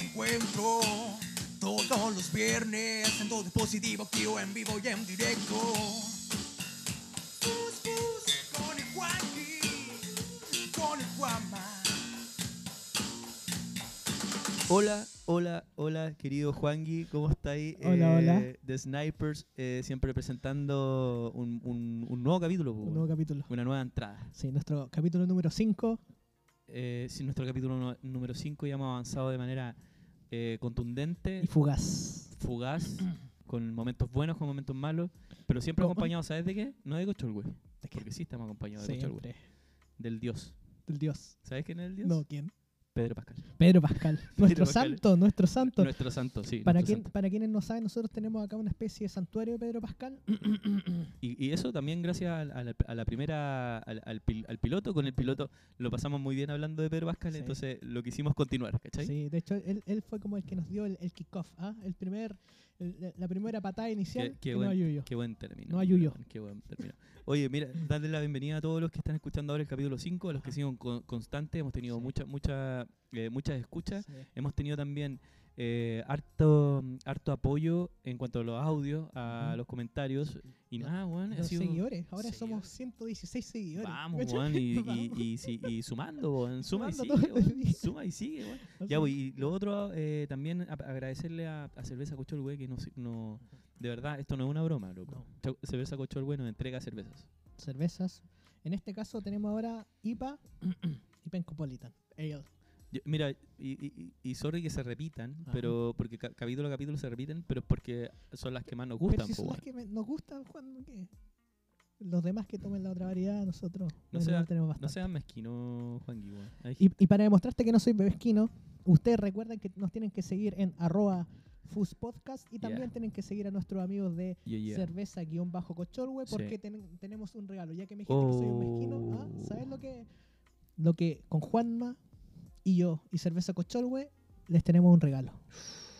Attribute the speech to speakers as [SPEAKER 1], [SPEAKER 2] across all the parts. [SPEAKER 1] encuentro. Todos los viernes en todo dispositivo, aquí o en vivo y en directo. Fus, fus, con el Juanqui, con el Juanma.
[SPEAKER 2] Hola, hola, hola, querido Juangui, ¿cómo está ahí?
[SPEAKER 3] Hola, hola.
[SPEAKER 2] The Snipers, eh, siempre presentando un, un- un nuevo capítulo, po,
[SPEAKER 3] Un nuevo capítulo.
[SPEAKER 2] una nueva entrada.
[SPEAKER 3] Sí, nuestro capítulo número 5.
[SPEAKER 2] Eh, sí, nuestro capítulo no- número 5 ya hemos avanzado de manera eh, contundente,
[SPEAKER 3] Y fugaz.
[SPEAKER 2] fugaz, con momentos buenos, con momentos malos, pero siempre
[SPEAKER 3] Oh.
[SPEAKER 2] acompañados, ¿sabes de qué? No de Cocholwe,
[SPEAKER 3] ¿De qué?
[SPEAKER 2] porque sí estamos acompañados de Cocholwe,
[SPEAKER 3] Siempre.
[SPEAKER 2] del dios.
[SPEAKER 3] Del dios.
[SPEAKER 2] ¿Sabes quién es el dios?
[SPEAKER 3] No, ¿quién?
[SPEAKER 2] Pedro Pascal.
[SPEAKER 3] Pedro Pascal. nuestro
[SPEAKER 2] Pascal.
[SPEAKER 3] santo, nuestro santo.
[SPEAKER 2] Nuestro santo, sí.
[SPEAKER 3] para,
[SPEAKER 2] nuestro
[SPEAKER 3] quien,
[SPEAKER 2] santo.
[SPEAKER 3] para quienes no saben, nosotros tenemos acá una especie de santuario de Pedro Pascal.
[SPEAKER 2] Y, y eso también gracias al- a, la, a la primera, al, al pil- al piloto. Con el piloto lo pasamos muy bien hablando de Pedro Pascal,
[SPEAKER 3] Sí.
[SPEAKER 2] entonces lo quisimos continuar, ¿cachai?
[SPEAKER 3] Sí, de hecho, él, él fue como el que nos dio el, el kickoff, ¿ah? el primer, el- la primera patada inicial
[SPEAKER 2] Qué- qué
[SPEAKER 3] que
[SPEAKER 2] buen-
[SPEAKER 3] no ayudó.
[SPEAKER 2] Qué buen término.
[SPEAKER 3] No hay yuyo.
[SPEAKER 2] Qué buen término. Oye, mira, darle la bienvenida a todos los que están escuchando ahora el capítulo 5, a los que siguen con- constantes. Hemos tenido
[SPEAKER 3] Sí.
[SPEAKER 2] muchas mucha, eh, muchas escuchas.
[SPEAKER 3] Sí.
[SPEAKER 2] Hemos tenido también eh, harto, harto apoyo en cuanto a los audios, a
[SPEAKER 3] Ujú.
[SPEAKER 2] los comentarios. Y
[SPEAKER 3] Lo-
[SPEAKER 2] nada, weón, ha
[SPEAKER 3] Los
[SPEAKER 2] sido...
[SPEAKER 3] seguidores, ahora somos
[SPEAKER 2] seguidores.
[SPEAKER 3] 116 seguidores.
[SPEAKER 2] Vamos,
[SPEAKER 3] ¿cachai?
[SPEAKER 2] weón, y, y,
[SPEAKER 3] Vamos.
[SPEAKER 2] y, si- y sumando, weón, suma y
[SPEAKER 3] Sumando
[SPEAKER 2] sigue,
[SPEAKER 3] todo el
[SPEAKER 2] weón,
[SPEAKER 3] día.
[SPEAKER 2] suma y sigue, weón.
[SPEAKER 3] Así
[SPEAKER 2] Ya, pues, y lo otro, eh, también ap- agradecerle a, a Cerveza Cochol, que no, no, de verdad, esto no es una broma, loco. Chau- Cerveza Cochol, nos entrega cervezas.
[SPEAKER 3] cervezas. En este caso tenemos ahora IPA y Pencopolitan. Ale.
[SPEAKER 2] Yo- mira, y, y, y- y sorry que se repitan,
[SPEAKER 3] Ajá.
[SPEAKER 2] pero porque ca- capítulo a capítulo se repiten, pero es porque son las que más nos
[SPEAKER 3] Pero
[SPEAKER 2] gustan, pues,
[SPEAKER 3] si
[SPEAKER 2] po,
[SPEAKER 3] son las
[SPEAKER 2] weón.
[SPEAKER 3] que me- nos gustan, Juan, ¿qué? Los demás que tomen la otra variedad, nosotros
[SPEAKER 2] No
[SPEAKER 3] bueno,
[SPEAKER 2] sea-
[SPEAKER 3] igual tenemos
[SPEAKER 2] No
[SPEAKER 3] bastante.
[SPEAKER 2] seas mezquino, Juan Guibo.
[SPEAKER 3] y, y para demostrarte que no soy bebesquino, ustedes recuerden que nos tienen que seguir en arroba fuspodcast y también
[SPEAKER 2] Yeah.
[SPEAKER 3] tienen que seguir a nuestros amigos de cerveza-cocholwe
[SPEAKER 2] Sí.
[SPEAKER 3] porque ten- tenemos un regalo. Ya que me dijiste que soy un mezquino, ¿ah?
[SPEAKER 2] Oh.
[SPEAKER 3] ¿sabes lo que, lo que con Juanma y yo y Cerveza Cocholwe les tenemos un regalo?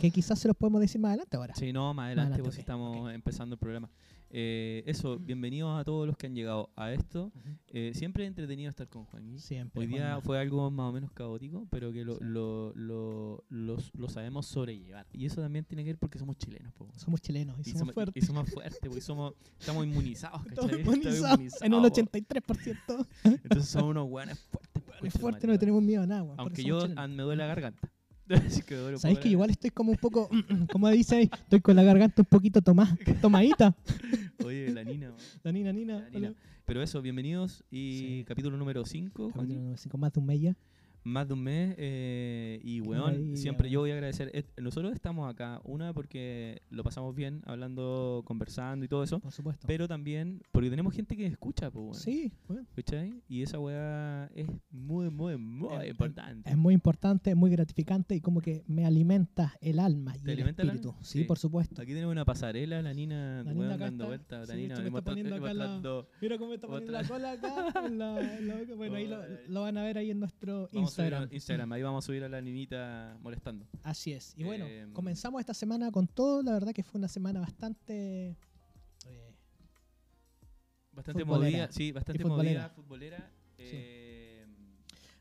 [SPEAKER 3] Que quizás se los podemos decir más adelante ahora.
[SPEAKER 2] Sí, no, más adelante,
[SPEAKER 3] adelante,
[SPEAKER 2] pues si
[SPEAKER 3] ok,
[SPEAKER 2] estamos empezando el programa. Eh, eso, bienvenidos a todos los que han llegado a esto.
[SPEAKER 3] Ujú.
[SPEAKER 2] Eh, siempre entretenido estar con Juan Gui.
[SPEAKER 3] Siempre.
[SPEAKER 2] Hoy día
[SPEAKER 3] Juanma.
[SPEAKER 2] fue algo más o menos caótico, pero que lo,
[SPEAKER 3] Sí.
[SPEAKER 2] lo, lo, los- lo sabemos sobrellevar. Y eso también tiene que ver porque somos chilenos, po.
[SPEAKER 3] Somos chilenos y,
[SPEAKER 2] Y
[SPEAKER 3] somos,
[SPEAKER 2] y
[SPEAKER 3] fuertes.
[SPEAKER 2] somos fuertes, porque somos, estamos inmunizados, ¿cachai?
[SPEAKER 3] Estamos
[SPEAKER 2] Estamos
[SPEAKER 3] inmunizados en un
[SPEAKER 2] inmunizados, po.
[SPEAKER 3] 83%.
[SPEAKER 2] Entonces somos unos hueones fuertes. po,
[SPEAKER 3] es
[SPEAKER 2] conchetumare,
[SPEAKER 3] fuerte, no
[SPEAKER 2] weón.
[SPEAKER 3] le tenemos miedo a nada. weón, por
[SPEAKER 2] Aunque
[SPEAKER 3] eso
[SPEAKER 2] yo
[SPEAKER 3] somos chilenos.
[SPEAKER 2] ah, me duele la garganta.
[SPEAKER 3] Sabéis que igual estoy como un poco, mm, como dice ahí, estoy con la garganta un poquito tomá, tomadita.
[SPEAKER 2] Oye, la nina, weón.
[SPEAKER 3] La nina, nina.
[SPEAKER 2] La nina. Pero eso, bienvenidos. Y
[SPEAKER 3] Ah, Sí.
[SPEAKER 2] capítulo número 5,
[SPEAKER 3] hola. Capítulo número cinco, más de un mes ya.
[SPEAKER 2] Más de un mes eh, y
[SPEAKER 3] Qué
[SPEAKER 2] weón,
[SPEAKER 3] maravilla,
[SPEAKER 2] siempre yo
[SPEAKER 3] weón.
[SPEAKER 2] voy a agradecer. Et- Nosotros estamos acá, una porque lo pasamos bien, hablando, conversando y todo eso,
[SPEAKER 3] Por supuesto.
[SPEAKER 2] pero también porque tenemos gente que escucha, pues weón.
[SPEAKER 3] Sí, bueno,
[SPEAKER 2] ¿cachai? Y esa weá es muy, muy, muy
[SPEAKER 3] Em- em-
[SPEAKER 2] importante.
[SPEAKER 3] es muy importante, es muy gratificante y como que me alimenta el alma y
[SPEAKER 2] ¿Te
[SPEAKER 3] el
[SPEAKER 2] alimenta el alma?
[SPEAKER 3] espíritu. Sí,
[SPEAKER 2] Sí.
[SPEAKER 3] por supuesto.
[SPEAKER 2] Aquí tenemos una pasarela, la Nina,
[SPEAKER 3] La Nina
[SPEAKER 2] weón,
[SPEAKER 3] acá
[SPEAKER 2] dando
[SPEAKER 3] está.
[SPEAKER 2] vueltas. La
[SPEAKER 3] Sí, de
[SPEAKER 2] Nina
[SPEAKER 3] hecho, me está
[SPEAKER 2] mostrando-
[SPEAKER 3] poniendo acá la-
[SPEAKER 2] mostrando-
[SPEAKER 3] Mira cómo está
[SPEAKER 2] poniendo
[SPEAKER 3] poniendo
[SPEAKER 2] Otra.
[SPEAKER 3] la cola acá. bueno, ahí lo,
[SPEAKER 2] Ay.
[SPEAKER 3] lo van a ver ahí en nuestro
[SPEAKER 2] Vamos a subir a
[SPEAKER 3] Instagram.
[SPEAKER 2] Instagram, ahí vamos a subir a la Ninita molestando.
[SPEAKER 3] Así es. Y bueno,
[SPEAKER 2] Em.
[SPEAKER 3] comenzamos esta semana con todo. La verdad que fue una semana bastante... eh,
[SPEAKER 2] Bastante
[SPEAKER 3] Futbolera.
[SPEAKER 2] movida, sí, bastante movida,
[SPEAKER 3] futbolera.
[SPEAKER 2] futbolera. eh,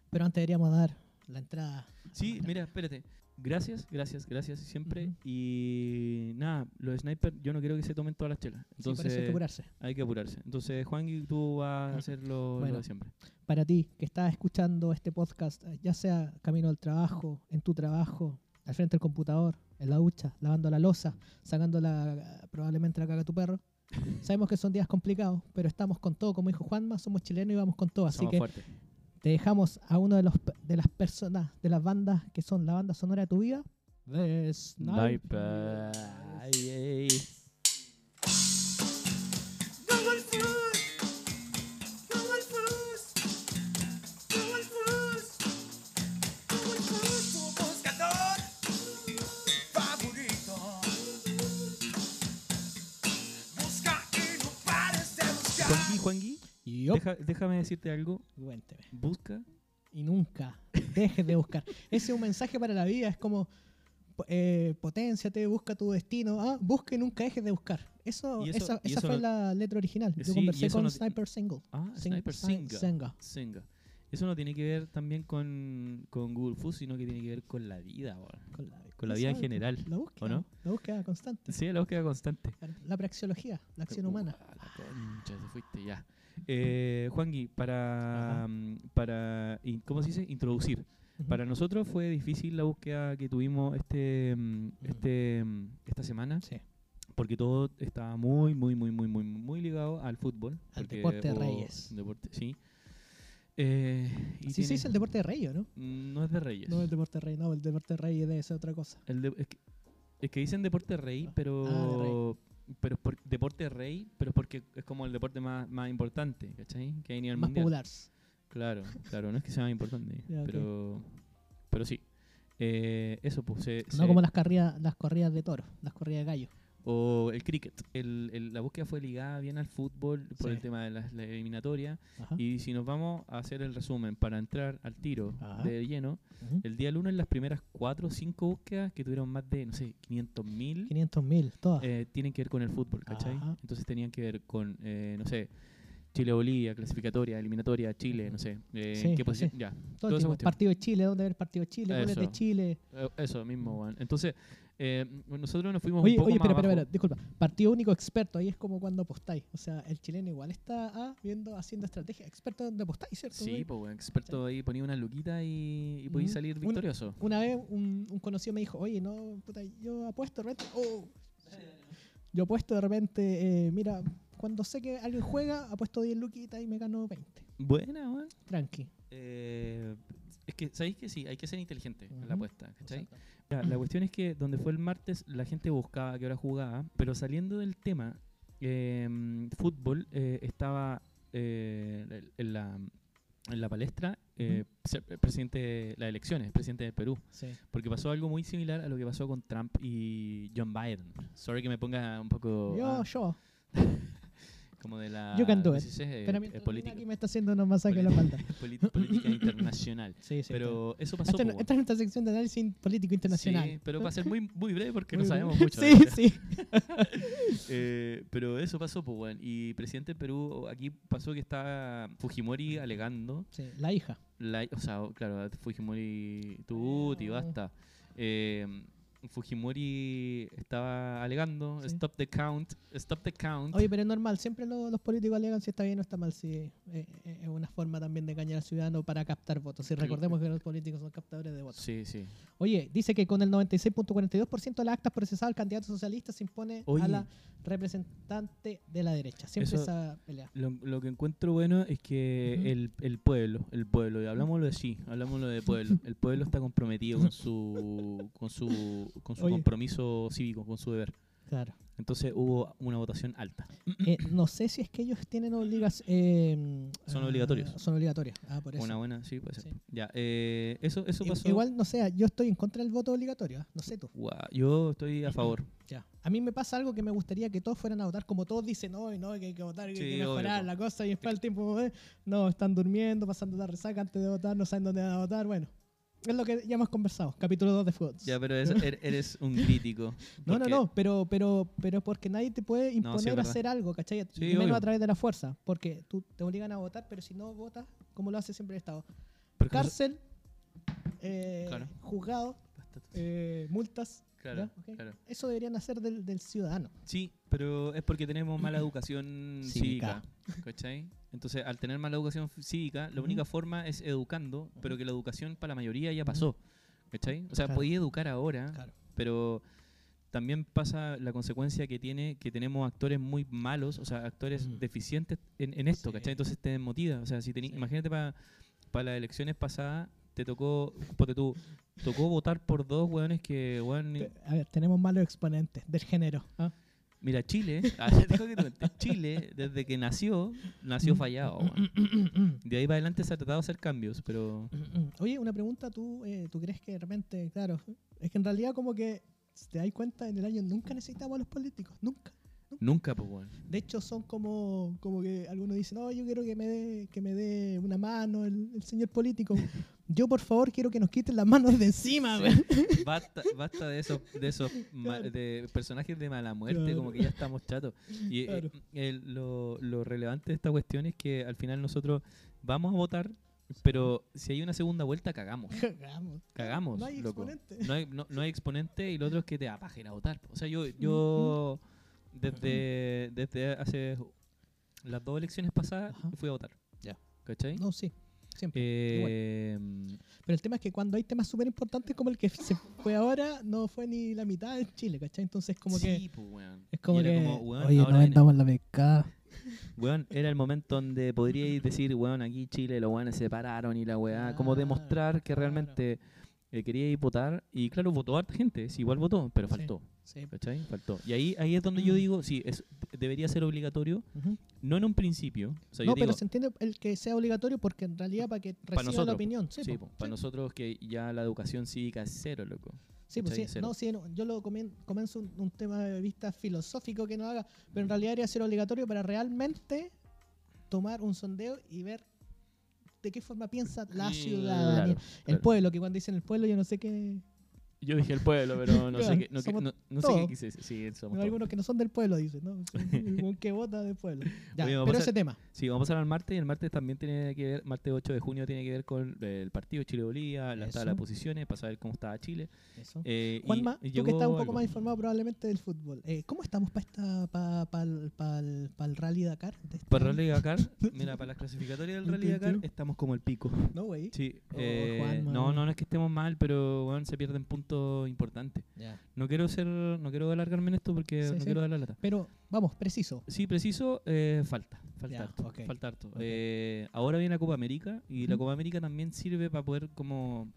[SPEAKER 3] pero antes deberíamos dar la entrada.
[SPEAKER 2] Sí,
[SPEAKER 3] Ajá.
[SPEAKER 2] mira, espérate. Gracias, gracias, gracias siempre.
[SPEAKER 3] Ujú.
[SPEAKER 2] Y nada, los snipers, yo no quiero que se tomen todas las chelas.
[SPEAKER 3] Sí,
[SPEAKER 2] Entonces,
[SPEAKER 3] para eso hay que curarse.
[SPEAKER 2] hay que apurarse. Entonces, Juan, tú vas a hacer lo, lo
[SPEAKER 3] Bueno.
[SPEAKER 2] de siempre.
[SPEAKER 3] Para ti que estás escuchando este podcast, eh, ya sea camino al trabajo, en tu trabajo, al frente del computador, en la ducha, lavando la losa, sacando la, probablemente la caga a tu perro. Sabemos que son días complicados, pero estamos con todo, como dijo Juanma, somos chilenos y vamos con todo. Así
[SPEAKER 2] Somos
[SPEAKER 3] que
[SPEAKER 2] fuertes.
[SPEAKER 3] te dejamos a uno de, los, pe- de las personas, de las bandas que son la banda sonora de tu vida. The
[SPEAKER 2] Sniper. Ay, ay.
[SPEAKER 1] Go al fus, go al fus, go al fus, go al fus, tu buscador favorito. Busca y no pares de buscar.
[SPEAKER 2] Juan Gui, Juan Gui,
[SPEAKER 3] Y yo,
[SPEAKER 2] deja- déjame decirte algo.
[SPEAKER 3] cuénteme.
[SPEAKER 2] Busca.
[SPEAKER 3] y nunca dejes de buscar. Ese es un mensaje para la vida, es como po- eh, potenciate, busca tu destino, ah, busca y nunca dejes de buscar. Eso,
[SPEAKER 2] Y eso-
[SPEAKER 3] esa,
[SPEAKER 2] y
[SPEAKER 3] esa
[SPEAKER 2] eso
[SPEAKER 3] fue
[SPEAKER 2] no-
[SPEAKER 3] la letra original. Yo
[SPEAKER 2] Sí, y
[SPEAKER 3] conversé
[SPEAKER 2] eso
[SPEAKER 3] con
[SPEAKER 2] no-
[SPEAKER 3] Sniper Single.
[SPEAKER 2] Ah,
[SPEAKER 3] Sing-
[SPEAKER 2] Sniper
[SPEAKER 3] Sing-
[SPEAKER 2] Singa.
[SPEAKER 3] Senga.
[SPEAKER 2] Singa. Eso no tiene que ver también con, con Google Food, sino que tiene que ver con la vida, weón.
[SPEAKER 3] Con la,
[SPEAKER 2] Con la vida en general,
[SPEAKER 3] La búsqueda,
[SPEAKER 2] ¿o no?
[SPEAKER 3] La búsqueda constante.
[SPEAKER 2] Sí, la búsqueda constante.
[SPEAKER 3] La praxeología, la acción humana.
[SPEAKER 2] Uh, la concha, se fuiste ya. Eh, Juangui, para, mm, para in- ¿cómo se dice? Introducir.
[SPEAKER 3] Ujú.
[SPEAKER 2] Para nosotros fue difícil la búsqueda que tuvimos este, mm, este, mm, esta semana,
[SPEAKER 3] Sí.
[SPEAKER 2] porque todo estaba muy, muy, muy, muy, muy, muy ligado al fútbol.
[SPEAKER 3] Al
[SPEAKER 2] porque
[SPEAKER 3] deporte de
[SPEAKER 2] hubo
[SPEAKER 3] reyes.
[SPEAKER 2] deporte- sí. Eh, y
[SPEAKER 3] Sí, sí,
[SPEAKER 2] tiene- Mm,
[SPEAKER 3] es el deporte de rey, ¿o no?
[SPEAKER 2] No es de reyes.
[SPEAKER 3] No, el deporte de rey, no, el deporte de rey debe ser otra cosa.
[SPEAKER 2] El de- es, que, es que dicen deporte rey,
[SPEAKER 3] Ah,
[SPEAKER 2] pero.
[SPEAKER 3] de
[SPEAKER 2] Pero es por- deporte rey, pero es porque es como el deporte más, más importante, ¿cachai? Que hay a nivel
[SPEAKER 3] Más
[SPEAKER 2] mundial.
[SPEAKER 3] popular.
[SPEAKER 2] Claro, claro, no es que sea más importante,
[SPEAKER 3] Ya, ok.
[SPEAKER 2] pero, pero sí. Eh, eso, pues. se-
[SPEAKER 3] No
[SPEAKER 2] se-
[SPEAKER 3] como las corridas, las corridas de toro, las corridas de gallo.
[SPEAKER 2] O el cricket. El- el- la búsqueda fue ligada bien al fútbol por
[SPEAKER 3] Sí. Ah.
[SPEAKER 2] el tema de las- la, eliminatoria.
[SPEAKER 3] Ajá.
[SPEAKER 2] Y si nos vamos a hacer el resumen para entrar al tiro
[SPEAKER 3] Ajá.
[SPEAKER 2] de lleno,
[SPEAKER 3] Ujú.
[SPEAKER 2] el día lunes las primeras cuatro o cinco búsquedas que tuvieron más de, no sé, 500 mil
[SPEAKER 3] 500.000, todas.
[SPEAKER 2] eh, tienen que ver con el fútbol, ¿cachai?
[SPEAKER 3] Ajá.
[SPEAKER 2] Entonces tenían que ver con, eh, no sé, Chile-Bolivia, clasificatoria, eliminatoria, Chile, no sé. eh,
[SPEAKER 3] Sí,
[SPEAKER 2] ¿en qué posición?
[SPEAKER 3] sí.
[SPEAKER 2] Ya.
[SPEAKER 3] Todo
[SPEAKER 2] toda esa
[SPEAKER 3] tipo,
[SPEAKER 2] cuestión.
[SPEAKER 3] partido de Chile, ¿dónde ver el partido de Chile? goles de
[SPEAKER 2] Eso.
[SPEAKER 3] Chile?
[SPEAKER 2] Eh, Eso mismo, weón. Entonces, eh, nosotros nos fuimos
[SPEAKER 3] Oye,
[SPEAKER 2] un poco
[SPEAKER 3] oye,
[SPEAKER 2] más
[SPEAKER 3] espera, espera, espera,
[SPEAKER 2] abajo.
[SPEAKER 3] disculpa. Partido único experto, ahí es como cuando apostáis. O sea, el chileno igual está ah, viendo, haciendo estrategia. Experto donde apostáis, ¿cierto?
[SPEAKER 2] Sí,
[SPEAKER 3] güey?
[SPEAKER 2] pues, weón, experto ahí ponía una luquita y, y podía
[SPEAKER 3] Ujú.
[SPEAKER 2] salir
[SPEAKER 3] Una-
[SPEAKER 2] victorioso.
[SPEAKER 3] Una vez un, un conocido me dijo, oye, no, puta, yo apuesto de repente. oh, yo apuesto de repente, eh, mira, cuando sé que alguien juega, apuesto 10 luquitas y me gano 20.
[SPEAKER 2] Buena, weón.
[SPEAKER 3] Tranqui.
[SPEAKER 2] Eh, es que, ¿sabéis que sí? Hay que ser inteligente en
[SPEAKER 3] Ujú.
[SPEAKER 2] la apuesta, ¿cachai?
[SPEAKER 3] Exacto.
[SPEAKER 2] Ya, la cuestión es que donde fue el martes la gente buscaba que ahora jugaba, pero saliendo del tema em, fútbol eh, estaba eh, el- en, la, en la palestra eh, se- el presidente las elecciones, el presidente de Perú,
[SPEAKER 3] Sí.
[SPEAKER 2] porque pasó algo muy similar a lo que pasó con Trump y John Biden. Sorry que me ponga un poco
[SPEAKER 3] yo,
[SPEAKER 2] ah,
[SPEAKER 3] yo.
[SPEAKER 2] como de la
[SPEAKER 3] You can do it.
[SPEAKER 2] no sé si es, eh,
[SPEAKER 3] Pero
[SPEAKER 2] eh,
[SPEAKER 3] mientras
[SPEAKER 2] política,
[SPEAKER 3] aquí me está haciendo unos masacres en la
[SPEAKER 2] Política.
[SPEAKER 3] espalda.
[SPEAKER 2] polit- política internacional.
[SPEAKER 3] Sí, sí.
[SPEAKER 2] Pero eso
[SPEAKER 3] está.
[SPEAKER 2] pasó.
[SPEAKER 3] esta,
[SPEAKER 2] po,
[SPEAKER 3] esta es nuestra sección de análisis in- político internacional.
[SPEAKER 2] Sí, pero va a ser muy, muy breve porque no
[SPEAKER 3] Muy
[SPEAKER 2] sabemos
[SPEAKER 3] bien.
[SPEAKER 2] mucho. de esto.
[SPEAKER 3] Sí, sí.
[SPEAKER 2] Eh, pero eso pasó, pues, weón. Y presidente de Perú, aquí pasó que está Fujimori alegando.
[SPEAKER 3] Sí, la hija.
[SPEAKER 2] La, o sea, o- claro, Fujimori Tuti,
[SPEAKER 3] Bueno.
[SPEAKER 2] basta. Eh, Fujimori estaba alegando,
[SPEAKER 3] Sí.
[SPEAKER 2] stop the count, stop the count.
[SPEAKER 3] Oye, pero es normal, siempre lo- los políticos alegan si está bien o está mal, si eh, eh, es una forma también de engañar al ciudadano para captar votos. Si
[SPEAKER 2] Claro.
[SPEAKER 3] recordemos que los políticos son captadores de votos.
[SPEAKER 2] sí, sí.
[SPEAKER 3] Oye, dice que con el 96.42% de las actas procesadas, el candidato socialista se impone
[SPEAKER 2] Oye.
[SPEAKER 3] a la representante de la derecha. Siempre
[SPEAKER 2] Eso-
[SPEAKER 3] esa pelea.
[SPEAKER 2] Lo, lo que encuentro bueno es que
[SPEAKER 3] Ujú.
[SPEAKER 2] el, el pueblo, el pueblo, y hablámoslo de sí, hablámoslo de pueblo. El pueblo está comprometido con su, con su, con su
[SPEAKER 3] Oye.
[SPEAKER 2] compromiso cívico, con su deber.
[SPEAKER 3] Claro.
[SPEAKER 2] Entonces hubo una votación alta.
[SPEAKER 3] Eh, no sé si es que ellos tienen obligas. eh,
[SPEAKER 2] Son
[SPEAKER 3] ah,
[SPEAKER 2] obligatorios.
[SPEAKER 3] Son obligatorios. Ah, por eso.
[SPEAKER 2] Una buena, sí, puede ser.
[SPEAKER 3] Sí.
[SPEAKER 2] Ya, eh, eso, eso
[SPEAKER 3] I-
[SPEAKER 2] pasó.
[SPEAKER 3] Igual, no sé, yo estoy en contra del voto obligatorio. ah, No sé tú.
[SPEAKER 2] Guau, yo estoy a favor.
[SPEAKER 3] Ya. A mí me pasa algo que me gustaría que todos fueran a votar, como todos dicen hoy, ¿no? Que hay que votar, que hay
[SPEAKER 2] Sí,
[SPEAKER 3] que
[SPEAKER 2] obvio,
[SPEAKER 3] mejorar
[SPEAKER 2] po.
[SPEAKER 3] la cosa, y después el tiempo, eh, no, están durmiendo, pasando la resaca antes de votar, no saben dónde van a votar, bueno. Es lo que ya hemos conversado, capítulo 2 de Fútbol.
[SPEAKER 2] Ya, pero es- er- eres un crítico.
[SPEAKER 3] No, no,
[SPEAKER 2] porque-
[SPEAKER 3] no, pero, pero, pero es porque nadie te puede
[SPEAKER 2] No, sí, es
[SPEAKER 3] imponer a
[SPEAKER 2] verdad.
[SPEAKER 3] hacer algo, ¿cachai?
[SPEAKER 2] Sí,
[SPEAKER 3] Y menos
[SPEAKER 2] obvio.
[SPEAKER 3] a través de la fuerza, porque tú te obligan a votar, pero si no votas, como lo hace siempre el Estado.
[SPEAKER 2] porque nos-
[SPEAKER 3] Cárcel, eh,
[SPEAKER 2] Claro.
[SPEAKER 3] juzgado, eh, multas.
[SPEAKER 2] Claro,
[SPEAKER 3] ¿ya? Ok.
[SPEAKER 2] claro.
[SPEAKER 3] Eso deberían hacer del, del ciudadano.
[SPEAKER 2] Sí, pero es porque tenemos mala educación
[SPEAKER 3] Cívica.
[SPEAKER 2] cívica. ¿Cachai? Entonces, al tener mala educación f- cívica, la
[SPEAKER 3] Ujú.
[SPEAKER 2] única forma es educando, pero que la educación para la mayoría ya pasó. ¿Cachai? O sea,
[SPEAKER 3] Claro.
[SPEAKER 2] podía educar ahora,
[SPEAKER 3] Claro.
[SPEAKER 2] pero también pasa la consecuencia que tiene que tenemos actores muy malos, o sea, actores
[SPEAKER 3] Mm.
[SPEAKER 2] deficientes en, en esto,
[SPEAKER 3] Sí.
[SPEAKER 2] ¿cachai? Entonces te desmotiva. O sea, si tení-
[SPEAKER 3] Sí.
[SPEAKER 2] imagínate para las elecciones pasadas, te tocó, ponte tú, tocó votar por dos hueones que, hueón,
[SPEAKER 3] Te- A ver, tenemos malos exponentes del género. ¿ah?
[SPEAKER 2] Mira, Chile, ayer dijo que te conté, Chile, desde que nació, nació fallado. weón. De ahí para adelante se ha tratado de hacer cambios, pero
[SPEAKER 3] Oye, una pregunta, ¿tú, eh, ¿tú crees que de repente, claro, es que en realidad como que si te das cuenta en el año nunca necesitamos a los políticos, nunca.
[SPEAKER 2] nunca, pues, weón.
[SPEAKER 3] De hecho son como, como que algunos dicen, no, yo quiero que me dé, que me dé una mano el, el señor político. Yo por favor quiero que nos quiten las manos de encima.
[SPEAKER 2] Sí.
[SPEAKER 3] weón.
[SPEAKER 2] Basta, basta de esos, de esos ma- de personajes de mala muerte,
[SPEAKER 3] Claro.
[SPEAKER 2] como que ya estamos chatos. Y eh,
[SPEAKER 3] Claro.
[SPEAKER 2] el- lo, lo relevante de esta cuestión es que al final nosotros vamos a votar, Pero si hay una segunda vuelta, cagamos.
[SPEAKER 3] Cagamos.
[SPEAKER 2] Cagamos.
[SPEAKER 3] No hay
[SPEAKER 2] loco.
[SPEAKER 3] exponente.
[SPEAKER 2] No hay, no- no hay exponente y lo otro es que te da página votar. po. O sea, yo, yo desde, desde hace las dos elecciones pasadas
[SPEAKER 3] Ajá.
[SPEAKER 2] fui a votar.
[SPEAKER 4] Ya.
[SPEAKER 2] ¿Cachai?
[SPEAKER 3] No, sí. Siempre.
[SPEAKER 2] Eh,
[SPEAKER 3] Pero el tema es que cuando hay temas súper importantes como el que se fue ahora, no fue ni la mitad de Chile, ¿cachai? Entonces, como que.
[SPEAKER 2] sí, po, weón.
[SPEAKER 3] Es como
[SPEAKER 2] Y era
[SPEAKER 3] que.
[SPEAKER 2] como, weón,
[SPEAKER 4] Oye,
[SPEAKER 2] ahora
[SPEAKER 4] no
[SPEAKER 2] viene-
[SPEAKER 4] vendamos la pescada.
[SPEAKER 2] Weón, era el momento donde podríais decir, weón, aquí Chile los weones se pararon y la weá, como
[SPEAKER 3] Claro,
[SPEAKER 2] demostrar que
[SPEAKER 3] claro.
[SPEAKER 2] realmente eh, queríais votar. Y claro, votó harta gente, sí, igual votó, pero
[SPEAKER 3] Sí. Mm.
[SPEAKER 2] faltó,
[SPEAKER 3] Sí.
[SPEAKER 2] ¿cachai? Faltó. Y ahí, ahí es donde yo digo, sí, es, debería ser obligatorio,
[SPEAKER 3] Ujú.
[SPEAKER 2] no en un principio, o sea,
[SPEAKER 3] no,
[SPEAKER 2] yo digo,
[SPEAKER 3] pero se entiende el que sea obligatorio porque en realidad para que reciba la
[SPEAKER 2] nosotros,
[SPEAKER 3] opinión. Sí, po.
[SPEAKER 2] para
[SPEAKER 3] Sí.
[SPEAKER 2] nosotros que ya la educación cívica es cero, loco.
[SPEAKER 3] Sí, pues
[SPEAKER 2] ¿cachai?
[SPEAKER 3] sí,
[SPEAKER 2] Cero.
[SPEAKER 3] no, sí, no, yo lo comen- comienzo un, un tema de vista filosófico que no haga, pero en realidad debería ser obligatorio para realmente tomar un sondeo y ver de qué forma piensa la ciudadanía.
[SPEAKER 2] Claro,
[SPEAKER 3] El
[SPEAKER 2] claro.
[SPEAKER 3] pueblo, que cuando dicen el pueblo yo no sé qué...
[SPEAKER 2] Yo dije el pueblo, pero no sé
[SPEAKER 3] Claro,
[SPEAKER 2] qué, no, que-
[SPEAKER 3] somos
[SPEAKER 2] no- no sé qué
[SPEAKER 3] todos.
[SPEAKER 2] quise decir. Sí, somos
[SPEAKER 3] Hay
[SPEAKER 2] todos.
[SPEAKER 3] algunos que no son del pueblo, dicen, ¿no? Un que vota del pueblo. Ya,
[SPEAKER 2] Oye, vamos
[SPEAKER 3] pero
[SPEAKER 2] a-
[SPEAKER 3] ese tema.
[SPEAKER 2] Sí, vamos a pasar al martes. y El martes también tiene que ver, martes 8 de junio tiene que ver con eh, el partido Chile-Bolivia, la
[SPEAKER 3] Eso.
[SPEAKER 2] tabla de posiciones, para saber cómo estaba Chile.
[SPEAKER 3] Eso.
[SPEAKER 2] Eh, y-
[SPEAKER 3] Juanma,
[SPEAKER 2] y
[SPEAKER 3] tú que
[SPEAKER 2] llegó
[SPEAKER 3] estás un poco
[SPEAKER 2] algo.
[SPEAKER 3] más informado probablemente del fútbol, eh, ¿cómo estamos para esta pa, pa'l- pa'l- pa'l Rally Dakar? de este
[SPEAKER 2] Para
[SPEAKER 3] año?
[SPEAKER 2] Rally Dakar, mira, para las clasificatorias del Rally Dakar estamos como el pico.
[SPEAKER 3] No, güey.
[SPEAKER 2] Sí,
[SPEAKER 3] Oh,
[SPEAKER 2] eh,
[SPEAKER 3] Juanma.
[SPEAKER 2] no, no, no es que estemos mal, pero bueno, se pierden puntos importantes. No quiero ser, no quiero alargarme en esto porque
[SPEAKER 3] Sí,
[SPEAKER 2] no
[SPEAKER 3] sí.
[SPEAKER 2] quiero dar la lata.
[SPEAKER 3] Pero, vamos, preciso.
[SPEAKER 2] Sí, preciso, eh, falta. Falta
[SPEAKER 3] Ya,
[SPEAKER 2] harto.
[SPEAKER 3] ok.
[SPEAKER 2] falta harto.
[SPEAKER 3] Ok.
[SPEAKER 2] Eh, ahora viene la Copa América y la
[SPEAKER 3] Ujú.
[SPEAKER 2] Copa América también sirve para poder como